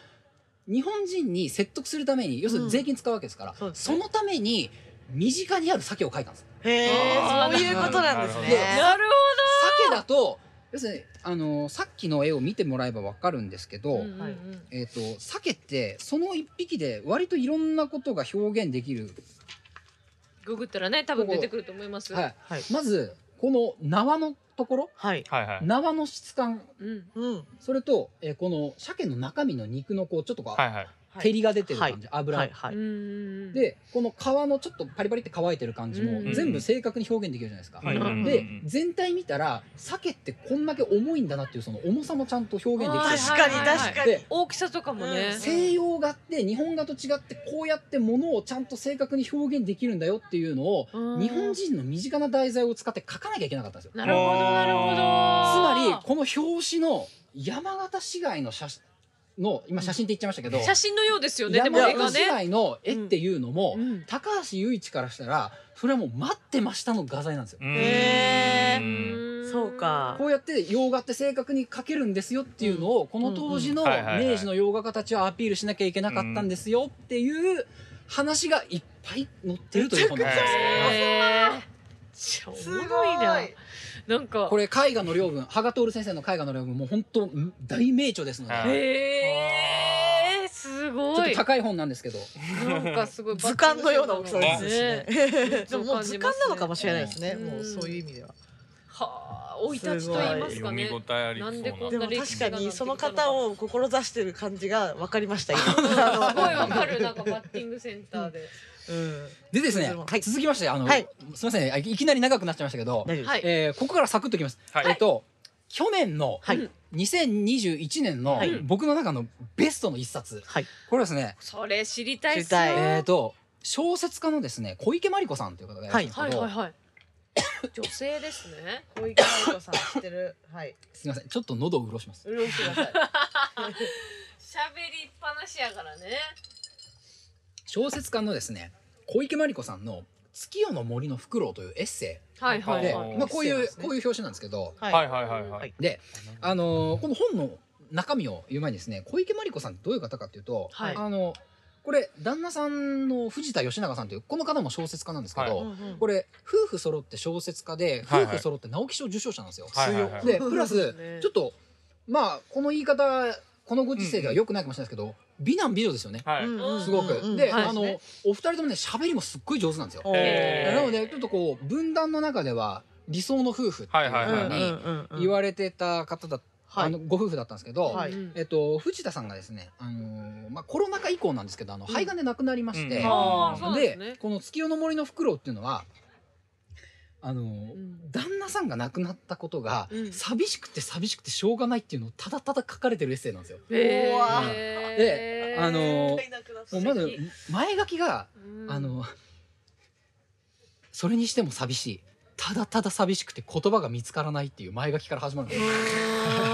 D: 日本人に説得するために要するに税金使うわけですから、
A: そうです
D: そ
A: ね
D: のために身近にある鮭を描いたんです
A: へえ、
B: あー
A: そういうことなんです
D: なるほ
A: ね
D: ど。
B: なる
D: 鮭だと要するにあのさっきの絵を見てもらえばわかるんですけど、
B: ほどうんうんうん
D: えっ、と鮭ってその一匹で割といろんなことが表現できる、
B: ググったらね多分出てくると思います
D: はい、
A: はい。
D: まずこの縄のところ
A: はい。
C: ーはいはい
D: 縄の質感
B: うん
A: うん。
D: それと、えーこの鮭の中身の肉のこうちょっとこう、
C: はいはい
D: 照りが出てる感じ、油、
A: はい。は
B: う
A: い。
B: ん
D: でこの皮のちょっとパリパリって乾いてる感じも
B: うん
D: 全部正確に表現できるじゃないですか。
C: はいはい
D: で
C: うん
D: 全体見たら鮭ってこんだけ重いんだなっていうその重さもちゃんと表現できて
B: は
D: る
B: い
A: 確かに確かに。
D: で
B: 大きさとかもね
A: うん
D: 西洋画って日本画と違ってこうやってものをちゃんと正確に表現できるんだよっていうのを
B: うん
D: 日本人の身近な題材を使って書かなきゃいけなかったんですよ。つ
B: なるほどなるほど
D: まりこの表紙の山形市街の写真の今写真って言っちゃいましたけど
B: 写真のようですよねでも
D: 山
B: 絵が
D: 形市
B: ね
D: 街の絵っていうのも、
B: うん
D: 高橋雄一からしたらそれはもう待ってましたの画材なんですよ。
A: へ
C: うん
A: そうか
D: こうやって洋画って正確に描けるんですよっていうのをこの当時の
C: うんうんはいはいはい
D: 明治の洋画家たちはアピールしなきゃいけなかったんですよっていう話がいっぱい載ってるという本なんですよ。
B: へー超お
A: す
B: も
A: ご
B: ろ
A: い
B: いななんか
D: これ絵画の領分羽賀徹先生の絵画の領分もう本当大名著ですので、
C: はい
B: へえす
D: ちょ
B: ご
D: っと
B: い
D: 高い本なんですけど
B: なんかすごい
A: 図鑑のような大きさですしね。 で
B: そう
A: ももう
B: 感
A: 図
B: じますね
A: 鑑なのかもしれないですね。
B: うん
A: もうそういう意味では。
B: はあ生い立ちと言いますか
C: 読み
B: ね
C: 応えありそう
B: なんでこ
A: でも
B: んな
C: な
B: 歴
A: 確
B: 史
A: か
B: がなんて
A: にその方を 志してる感じが分かりました。今
B: すごいわ
A: あ
B: かるなんかバッティングセンターで
A: うん
D: でですね、
A: はい
D: 続きましてあの、
A: はい
D: すみませんあいいきなり長くなっちゃいましたけど、
A: 大丈夫です
B: はい
D: えーここからサクッといきます、
C: はい
D: えっと去年の
A: はい
D: 2021年の
A: はい
D: 僕の中のベストの一冊、
A: はい
D: これはですね、
B: それ知りたいっ
A: 知
B: す
A: りたい
D: えっ
B: よ。
D: と小説家のですね小池真理子さんという方がいらっしゃるん
B: はい
D: ですけど、
B: はいはい。女性ですね。
A: 小池舞子さん知ってるはい
D: すみませんちょっと喉を潤します。
A: 潤してくだ さい
B: 喋りっぱなしやからね。
D: 小説家のですね小池真理子さんの月夜の森のフクロウというエッセ
B: はい
D: イ
B: は
D: で、
B: い
C: あ
B: はい。
D: まあこうい
A: エッセイなん
D: う
A: ですね
D: こういう表紙なんですけど、
A: はい
C: はいはいはいはい。
D: で、あのーこの本の中身を言う前にですね小池真理子さんってどういう方かっていうと、
B: はい
D: あのこれ旦那さんの藤田義長さんというこの方も小説家なんですけど、
A: うんうん
D: これ夫婦揃って小説家で
C: はいはい
D: 夫婦揃って直木賞受賞者なんですよ。
C: はいはいはい
D: でプラ
B: そうで
D: ス
B: すね
D: ちょっとまあこの言い方このご時世では良くないかもしれないですけど、美男美女ですよね。
C: はい。
A: うんうん
D: すごく、
A: うんうん
D: で、
A: はい
D: あの、お二人ともね喋りもすっごい上手なんですよ。
A: おー
C: へー
D: なのでちょっとこう分断の中では理想の夫婦っていう
C: はい
A: うんう
C: はい
D: ふうんに
A: うんうん
D: 言われてた方だ、
A: はい
D: あのご夫婦だったんですけど、
A: はい
B: うん
D: えっと、藤田さんがですね、あのーまあ、コロナ禍以降なんですけどあの
A: うん
D: 肺がんで亡くなりまして、
C: うん
B: ああ、そうなんで
D: です
B: ね。
D: この「月夜の森のフクロウ」っていうのはあのー
B: うん
D: 旦那さんが亡くなったことが、
B: うん
D: 寂しくて寂しくてしょうがないっていうのをただただ書かれてるエッセイなんですよ。
B: へ
A: うわ
B: ー
D: であのーもうまず前書きが
B: うん
D: あの、それにしても寂しい。ただただ寂しくて言葉が見つからないっていう前書きから始まるんですよ。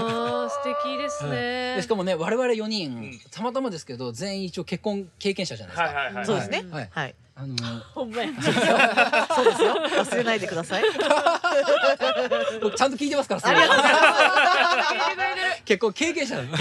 B: あー素敵ですね
D: で。しかもね、我々4人、
C: ん
D: たまたまですけど、全員一応結婚経験者じゃないです
C: は
D: か。
C: いはいはい。
A: そうですね
D: はい。
A: はい
D: あの、
B: ほんまや。
A: そうですよ忘れないでください
D: 僕ちゃんと聞いてますから、そ
A: あ
D: れ
A: り がとうございます
D: 結婚経験者なんで。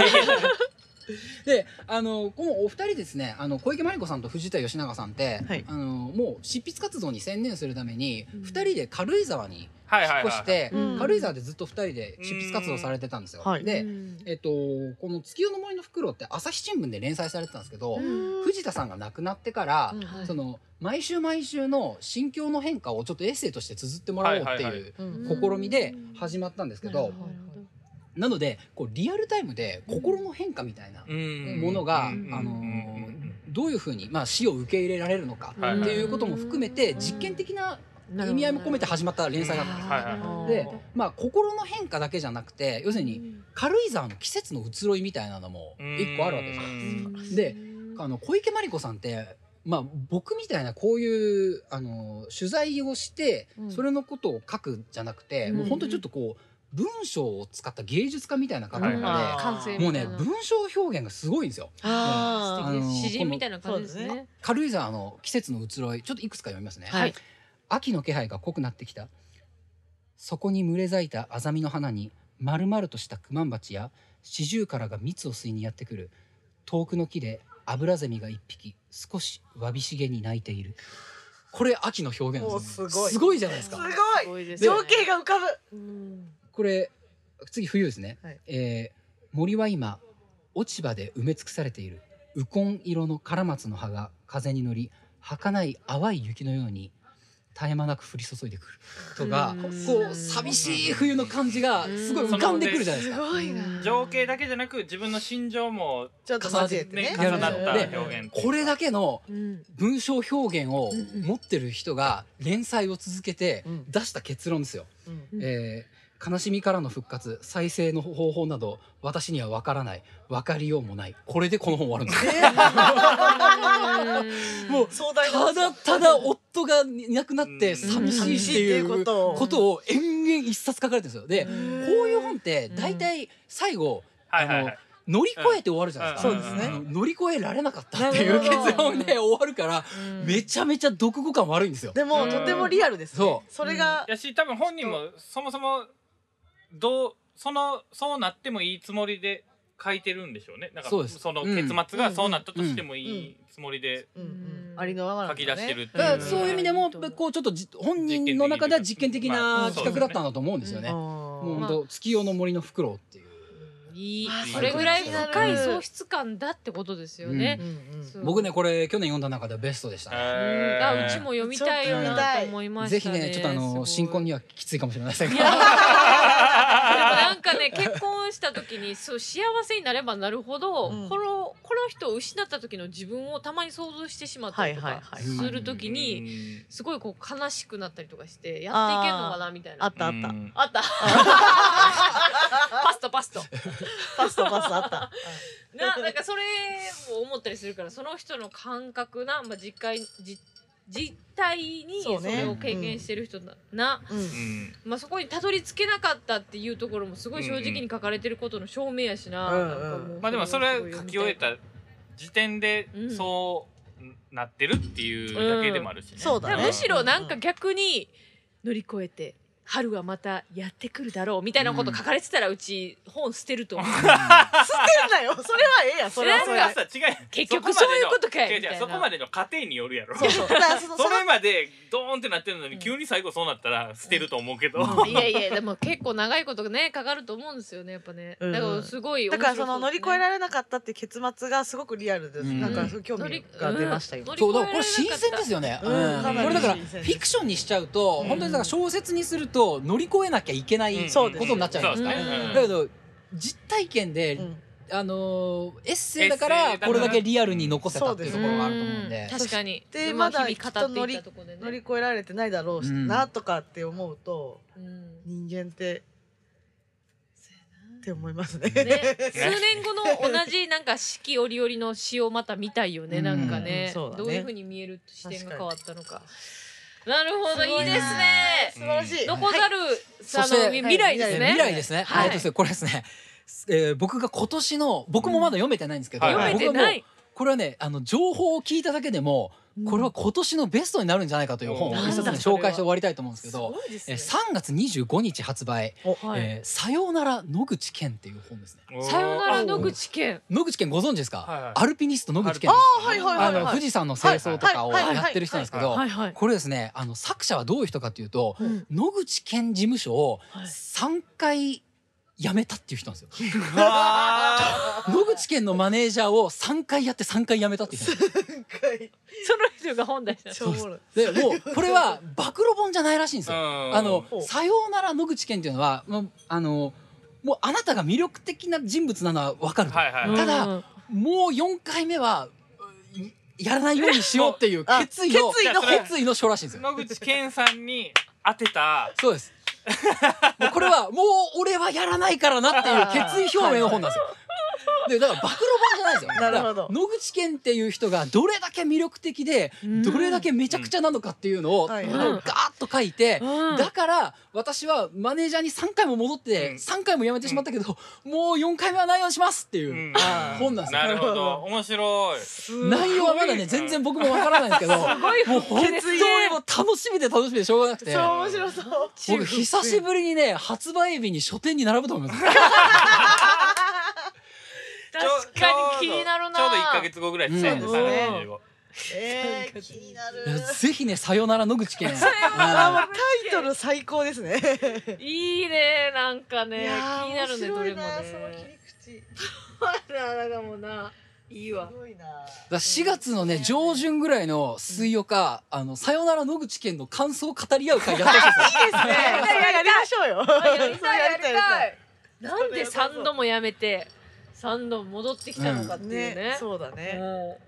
D: で、あの、このお二人ですね、あの、小池真理子さんと藤田義長さんって、
A: はい
D: あの、もう執筆活動に専念するために、
B: うん
D: 二人で軽井沢に
C: はい
D: 引
C: はいは
D: っ
C: い。
D: 越して、
A: うん
D: 軽井沢でずっと二人で執筆活動されてたんですよ。
A: うんはい
D: で、
B: うん
D: えっと、この「月夜の森のフクロウ」って朝日新聞で連載されてたんですけど、
B: うん
D: 藤田さんが亡くなってから、
A: うん
B: はい
D: その毎週毎週の心境の変化をちょっとエッセイとして綴ってもらおうって
C: はいはい
D: い
C: は
D: う
A: うん
D: 試みで始まったんですけど、
A: うん
D: なのでこうリアルタイムで心の変化みたいな
C: うん
D: ものが、
C: うん
D: あの
C: うんうんうん
D: どういうふうに、まあ、死を受け入れられるのか
C: はい
D: っていうことも含めて実験的な意味合いも込めて始まった連載だったんですよ。
C: はいはい
A: はい
D: で、まあ、心の変化だけじゃなくて要するに軽井沢の季節の移ろいみたいなのも一個あるわけですよ。
B: うん
D: であの小池真理子さんって、まあ、僕みたいなこういうあの取材をして、
A: うん
D: それのことを書くじゃなくて、
A: うん
D: もう本当にちょっとこう文章を使った芸術家みたいな方なので、
C: はいは
B: 完成
D: もうね文章表現がすごいんですよ。
A: あ
D: あの
B: 詩人みたいな感じです
A: この
B: ね。
D: 軽井沢の季節の移ろいちょっといくつか読みますね。
A: ーはい
D: 秋の気配が濃くなってきたそこに群れ咲いたアザミの花に丸々としたクマンバチやシジュウカラが蜜を吸いにやってくる遠くの木でアブラゼミが一匹少しわびしげに鳴いているこれ秋の表現なんですよ
A: おすごい
D: すごいじゃないです
A: す
D: か
A: ごい
B: ごいで
A: 情景が浮かぶ
D: これ次冬ですね、
A: はい
D: えー森は今落ち葉で埋め尽くされているウコン色のカラマツの葉が風に乗り儚い淡い雪のように絶え間なく降り注いでくるとか
B: うん
D: こう寂しい冬の感じがすごい浮かんでくるじゃないですか。
A: ごいな
C: 情景だけじゃなく自分の心情も
A: ちょっと交えてね
C: ね
D: や
C: 重
D: る
C: なっ
D: で
C: た表現。
D: これだけの
B: うん
D: 文章表現を持ってる人が連載を続けて
A: うん
D: 出した結論ですよ。
A: うん
B: うん
D: えー悲しみからの復活再生の方法など私には分からない分かりようもないこれでこの本終わるんですよもう
A: 壮大
D: ただただ夫がいなくなって寂しいっ
A: う
D: ていう
A: ん寂しいっていうこ
D: ことと
A: を
D: を延々一冊書かれてるんですよでこういう本って大体最後
C: はいはいはい。
D: 乗り越えて終わるじゃないですか、
A: うんそうですね
D: あの乗り越えられなかったっていう
A: なるほど
D: 結論で終わるからめちゃめちゃ読後感悪いんですよ。
A: でも
C: うん
A: とてもリアルですね
D: そう
A: それが
C: やし多分本人もそもそもどうそのそうなってもいいつもりで書いてるんでしょうねなんか
D: そうです
C: の
D: うん
C: 結末がそうなったとしてもいいつもりで
A: うんうんありのままな
C: 書
A: んだ
C: き
A: ね
C: 出してるってい
D: だか
C: う
D: らそういう意味でもこうちょっとじ本人の中では実験的な企画だったんだと思うんですよね。
A: うん
D: もう本当月夜の森のフクロウっていう。
B: いい
A: あ
C: ー
B: それぐらい
A: そう
B: 深い喪失感だってことですよね
A: う、んうん
B: そう
D: 僕ねこれ去年読んだ中でベストでした、ね
B: うんあうちも読みたいよな
A: ちょっと読
B: と
A: みたい
B: 思いま
D: ぜ
B: した
D: ひ
B: ね
D: ねちょっとあ
B: すご
D: の
B: い
D: 新婚にはきついかもしれません
B: い
D: が
B: や なんかね結婚した時にそう幸せになればなるほど、
A: うん
B: このこの人を失った時の自分をたまに想像してしまったりと
A: はい
B: か
A: はいはい
B: する時に、
C: に
B: すごいこう悲しくなったりとかしてやっていけるのかなみたいな
A: あったあった。
B: あった パストパスト
A: パスタパスタあった。
B: ななんかそれも思ったりするからその人の感覚な、まあ、実会実実態に
A: そ
B: そう
A: ね
B: れを経験してる人な,、な
A: うん。
B: まあ、そこにたどり着けなかったっていうところもすごい正直に書かれてることの証明やしな,、
A: うんうん
B: なんかう
C: まあでもそれ
B: をすごい
C: 書
B: 読み
C: き終えた時点で
B: うん
C: そうなってるっていうだけでもあるしね。
A: そうだね
B: だからむしろなんか逆に乗り越えて春はまたやってくるだろうみたいなこと書かれてたらうち本捨てると思う、
A: 捨てんなよ。それはええやん。それはそ
C: そ
A: れ
C: れ
A: で
C: は。さ違う
B: 結局そういうことかよ
C: 違う
B: みたい
C: 違
B: な
C: うそこまでの過程によるやろ
A: そうそう。だからそのそ
C: そ
A: の
C: れまでドーンってなってるの
B: う
C: に
B: ん
C: 急に最後そうなったら捨てると思うけど、
B: いやいやでも結構長いことねかかると思うんですよねやっぱね
A: うん
B: だからすごい面
A: だか
B: 白う
A: らその乗り越えられなかったって結末がすごくリアルで、
D: うん
A: なんかすごい興
B: 乗
A: 味
B: り
A: が出ました
B: うん
A: 今。
B: 乗り越
D: そう
B: えられ
D: だからこれ新鮮ですよね、
A: う
D: うんん
A: か
C: なり
D: これだからフ
A: 新鮮です
D: ィクションにしちゃうと、
B: うん
D: 本当にだから小説にすると乗り越えなきゃいけない、
C: うん
A: そうです
D: ことになっちゃいます
B: から
C: そうですね
B: うん
D: だけど実体験で、
A: うん
D: あのーエッセイだか
C: エッセ
D: ら
C: イだから
D: これだけリアルに残せたっていうところがあると思うんで
B: 確かに
A: そして
B: まあ
A: まだ
B: 日々語っていったところでね
A: 乗り越えられてないだろうし
D: うん
A: なとかって思うと
B: うん
A: 人間って
B: そう
A: って思いますね。
B: やなね数年後の同じなんか四季折々の詩をまた見たいよねなんかね,、
A: うんそうだね
B: どういうふうに見える視点が変わったのか
A: 確
B: なるほどいいですね
A: 素晴らしい。
D: う ん
B: 残ざる、
D: そ
B: あ
D: して
B: の未来ですね
A: はい
D: 未来ですね、
B: はい
D: えっとですねこれですね、えー僕が今年の僕もまだ読めてないんですけど、
C: うん
B: 読めてな
D: 僕はもう
B: い、
D: これはねあの情報を聞いただけでもこれは今年のベストになるんじゃないかという本を一冊ね
B: うん
D: 紹介して終わりたいと思うんですけど、
B: いで
D: えー3月25日発売
B: はい
D: えーさようなら野口健っていう本ですね。
B: さよなら
A: の
B: 野口健
D: 野口健ご存知ですか、
C: はいはい
D: アルピニスト野口健
A: あーはいはい
D: あ
A: はい
D: の
A: はい。
D: 富士山の清掃とかを
A: はいはいはい
D: やってる人なんですけど
B: はいはい、
D: これですねあの作者はどういう人かというと
B: うん
D: 野口健事務所を
B: はい
D: 3回辞めたっていう人なんですよ
C: あ
D: 野口健のマネージャーを3回やって3回辞めたっていう人なんです
A: なんか
B: その人が本出した
A: しょうもろい。
D: よでもうこれは暴露本じゃないらしいんですよあの
A: お
D: 「さようなら野口健」っていうのはもうあのもうあなたが魅力的な人物なのは分かると、
C: はいはい、
D: ただもう4回目はうんやらないようにしようっていう決意の
A: あ決
C: 意の
D: 決意の書らしいんですよ。
C: 野口健さんに当てた
D: そうです。もうこれはもう俺はやらないからなっていう決意表明の本なんですよ。でだから暴露本じゃないですよ。
A: なるほど
D: だから野口健っていう人がどれだけ魅力的でどれだけめちゃくちゃなのかっていうのを
A: うん
D: あ
A: はい
D: のガーッと書いて
B: うん
D: だから私はマネージャーに3回も戻って
C: うん
D: 3回も辞めてしまったけどもう4回目はないようにしますっていうう。
C: ん
A: あー
D: 本なんですよ
C: なるほど面白い
D: 内容はまだね全然僕もわからないんですけどもう本当にもう楽しみで楽しみでしょうがなくて
A: そう面白そう。
D: 僕久しぶりにね発売日に書店に並ぶと思います
C: ちょ
B: 確かに気になるな
C: ちょうどちょうど1か月後ぐらいですね、
D: うん
A: そうですね
C: 325
A: えー、気になる。
D: ぜひね「さよなら野口健」
A: あ
D: は
A: もうタイトル最高ですね。
B: いいねなんかね
A: い
B: 気
A: やー
B: になるねど
A: 面白
B: れ
A: い
B: も
A: なその切
B: ね
A: り口。
B: あららもないいわ
A: すごいな。
D: い、4月のね上旬ぐらいの水曜か「あのさよなら野口健」の感想を語り合う会やってほしいです
A: いい ですね。やりましょうよ。
B: やりたい やりたいなんで
A: それやりたい
B: 三度もやめて三度戻ってきたのかっていう
A: ね
B: ね、
A: そうだね。
B: も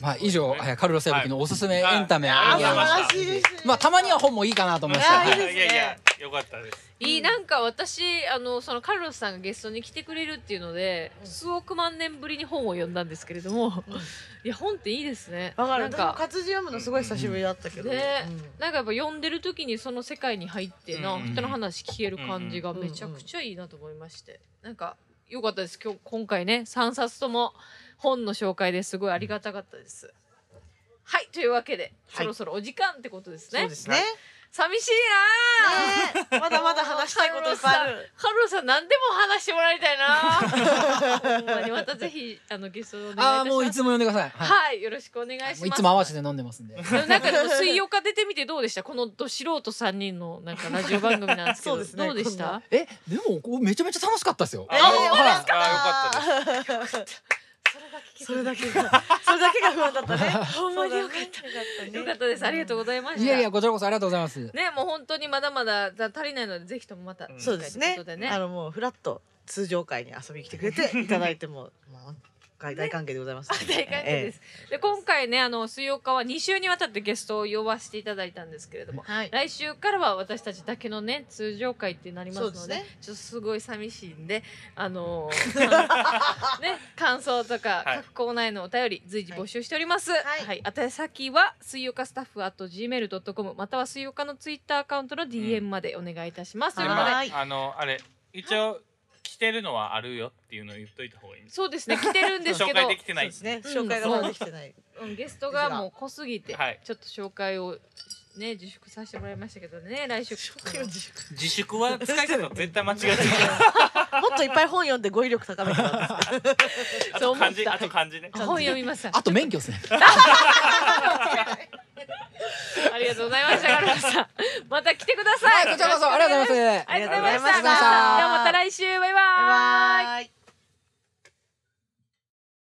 D: まあ以上はいカルロス・ヤブキのおすすめエンタメ、
C: はい
A: あー、
C: あり
A: 素
C: がとうござい
A: 晴ら
C: ました
A: しいですね。
D: まあたまには本もいいかなと思いまし
A: あーいい
D: た
A: ですね
C: やいやよかったです
B: ういいなんか私あのそのカルロスさんがゲストに来てくれるっていうので、
A: うん
B: 数億万年ぶりに本を読んだんですけれども、
A: うん
B: いや本っていいですね
A: わかる。
B: なん
A: 私も
B: か
A: 活字読むのすごい久しぶりだったけど。
B: うんね
A: うん
B: なんかやっぱ読んでる時にその世界に入ってな、
C: うん
B: 人の話聞ける感じがめちゃくちゃいいなと思いまして、なんか良かったです今日今回ね3冊とも本の紹介ですごいありがたかったです。はいというわけで、
A: はい
B: そろそろお時間ってことです
A: そう
B: ね
A: で。すね。
B: 寂しいな、
A: ねえまだまだ話したいこといっぱいある。
B: カルロさん何でも話してもらいたいなほんまにまたぜひあのゲストをお
D: あ
B: 願い
D: あ
B: いたします
D: もういつも呼んでください。はい
B: はいよろしくお願いします
D: もういつも合わせて飲んでますんで。
B: でもなんかでも水曜化出てみてどうでしたこのど素人3人のなんかラジオ番組なんですけど
A: そうですね
B: どうでした
D: えでもこうめちゃめちゃ楽しかったですよ。
C: あ
A: えー
C: あ
A: よかっ
C: あよかった
A: たよかったそれだけ がそれだけが不安だったね。
B: ほんまによかった
A: た
B: よかったですありがとうございました
D: いやいやこちらこそありがとうございます。
B: ねもう本当にまだまだ足りないのでぜひともまた
C: うん
A: そうですね
B: ということで
A: あのもうフラット通常会に遊びに来てくれていただいてももう大大歓迎でございます、
B: 大歓迎です。で今回ねあの水曜日は2週にわたってゲストを呼ばせていただいたんですけれども、
A: はい。
B: 来週からは私たちだけのね通常会ってなりますので
A: そうですね
B: ちょっとすごい寂しいんであのーね感想とか
C: はい
B: 各コーナーへのお便り随時募集しております。はいい、宛先は水曜日スタッフ at gmail ドットコムまたは水曜日のツイッターアカウントの DM までお願いいたします。
A: うん
B: ということで
A: は
C: 今
A: い
C: あのあれ一応着てるのはあるよっていうのを言っといた方がいいんです
B: そうですね来てるんですけ
C: 紹
B: ど
C: 介できて
A: そ
C: な
A: う
C: い
A: ですね。
B: うん
A: 紹介がまだできてない。
B: うん、ゲストがもう濃すぎて、
C: はい
B: ちょっと紹介をね自粛させてもらいましたけどね来週
A: を自粛
C: 自粛は使い方絶対間違ってる
A: もっといっぱい本読んで語彙力高めてもらって
C: あ
B: そう
C: と
B: 思っ
C: 漢字
B: た
C: あと漢字ね
B: 本読みました
D: あと免許ですね。
B: ありがとうございましたカルロさんまた来てください、
D: はいこちらこそありがとうございます。
B: ありがとうございま
A: ありがとうござい
B: した
A: ました
B: ではまた来週バイバ
A: バイバイ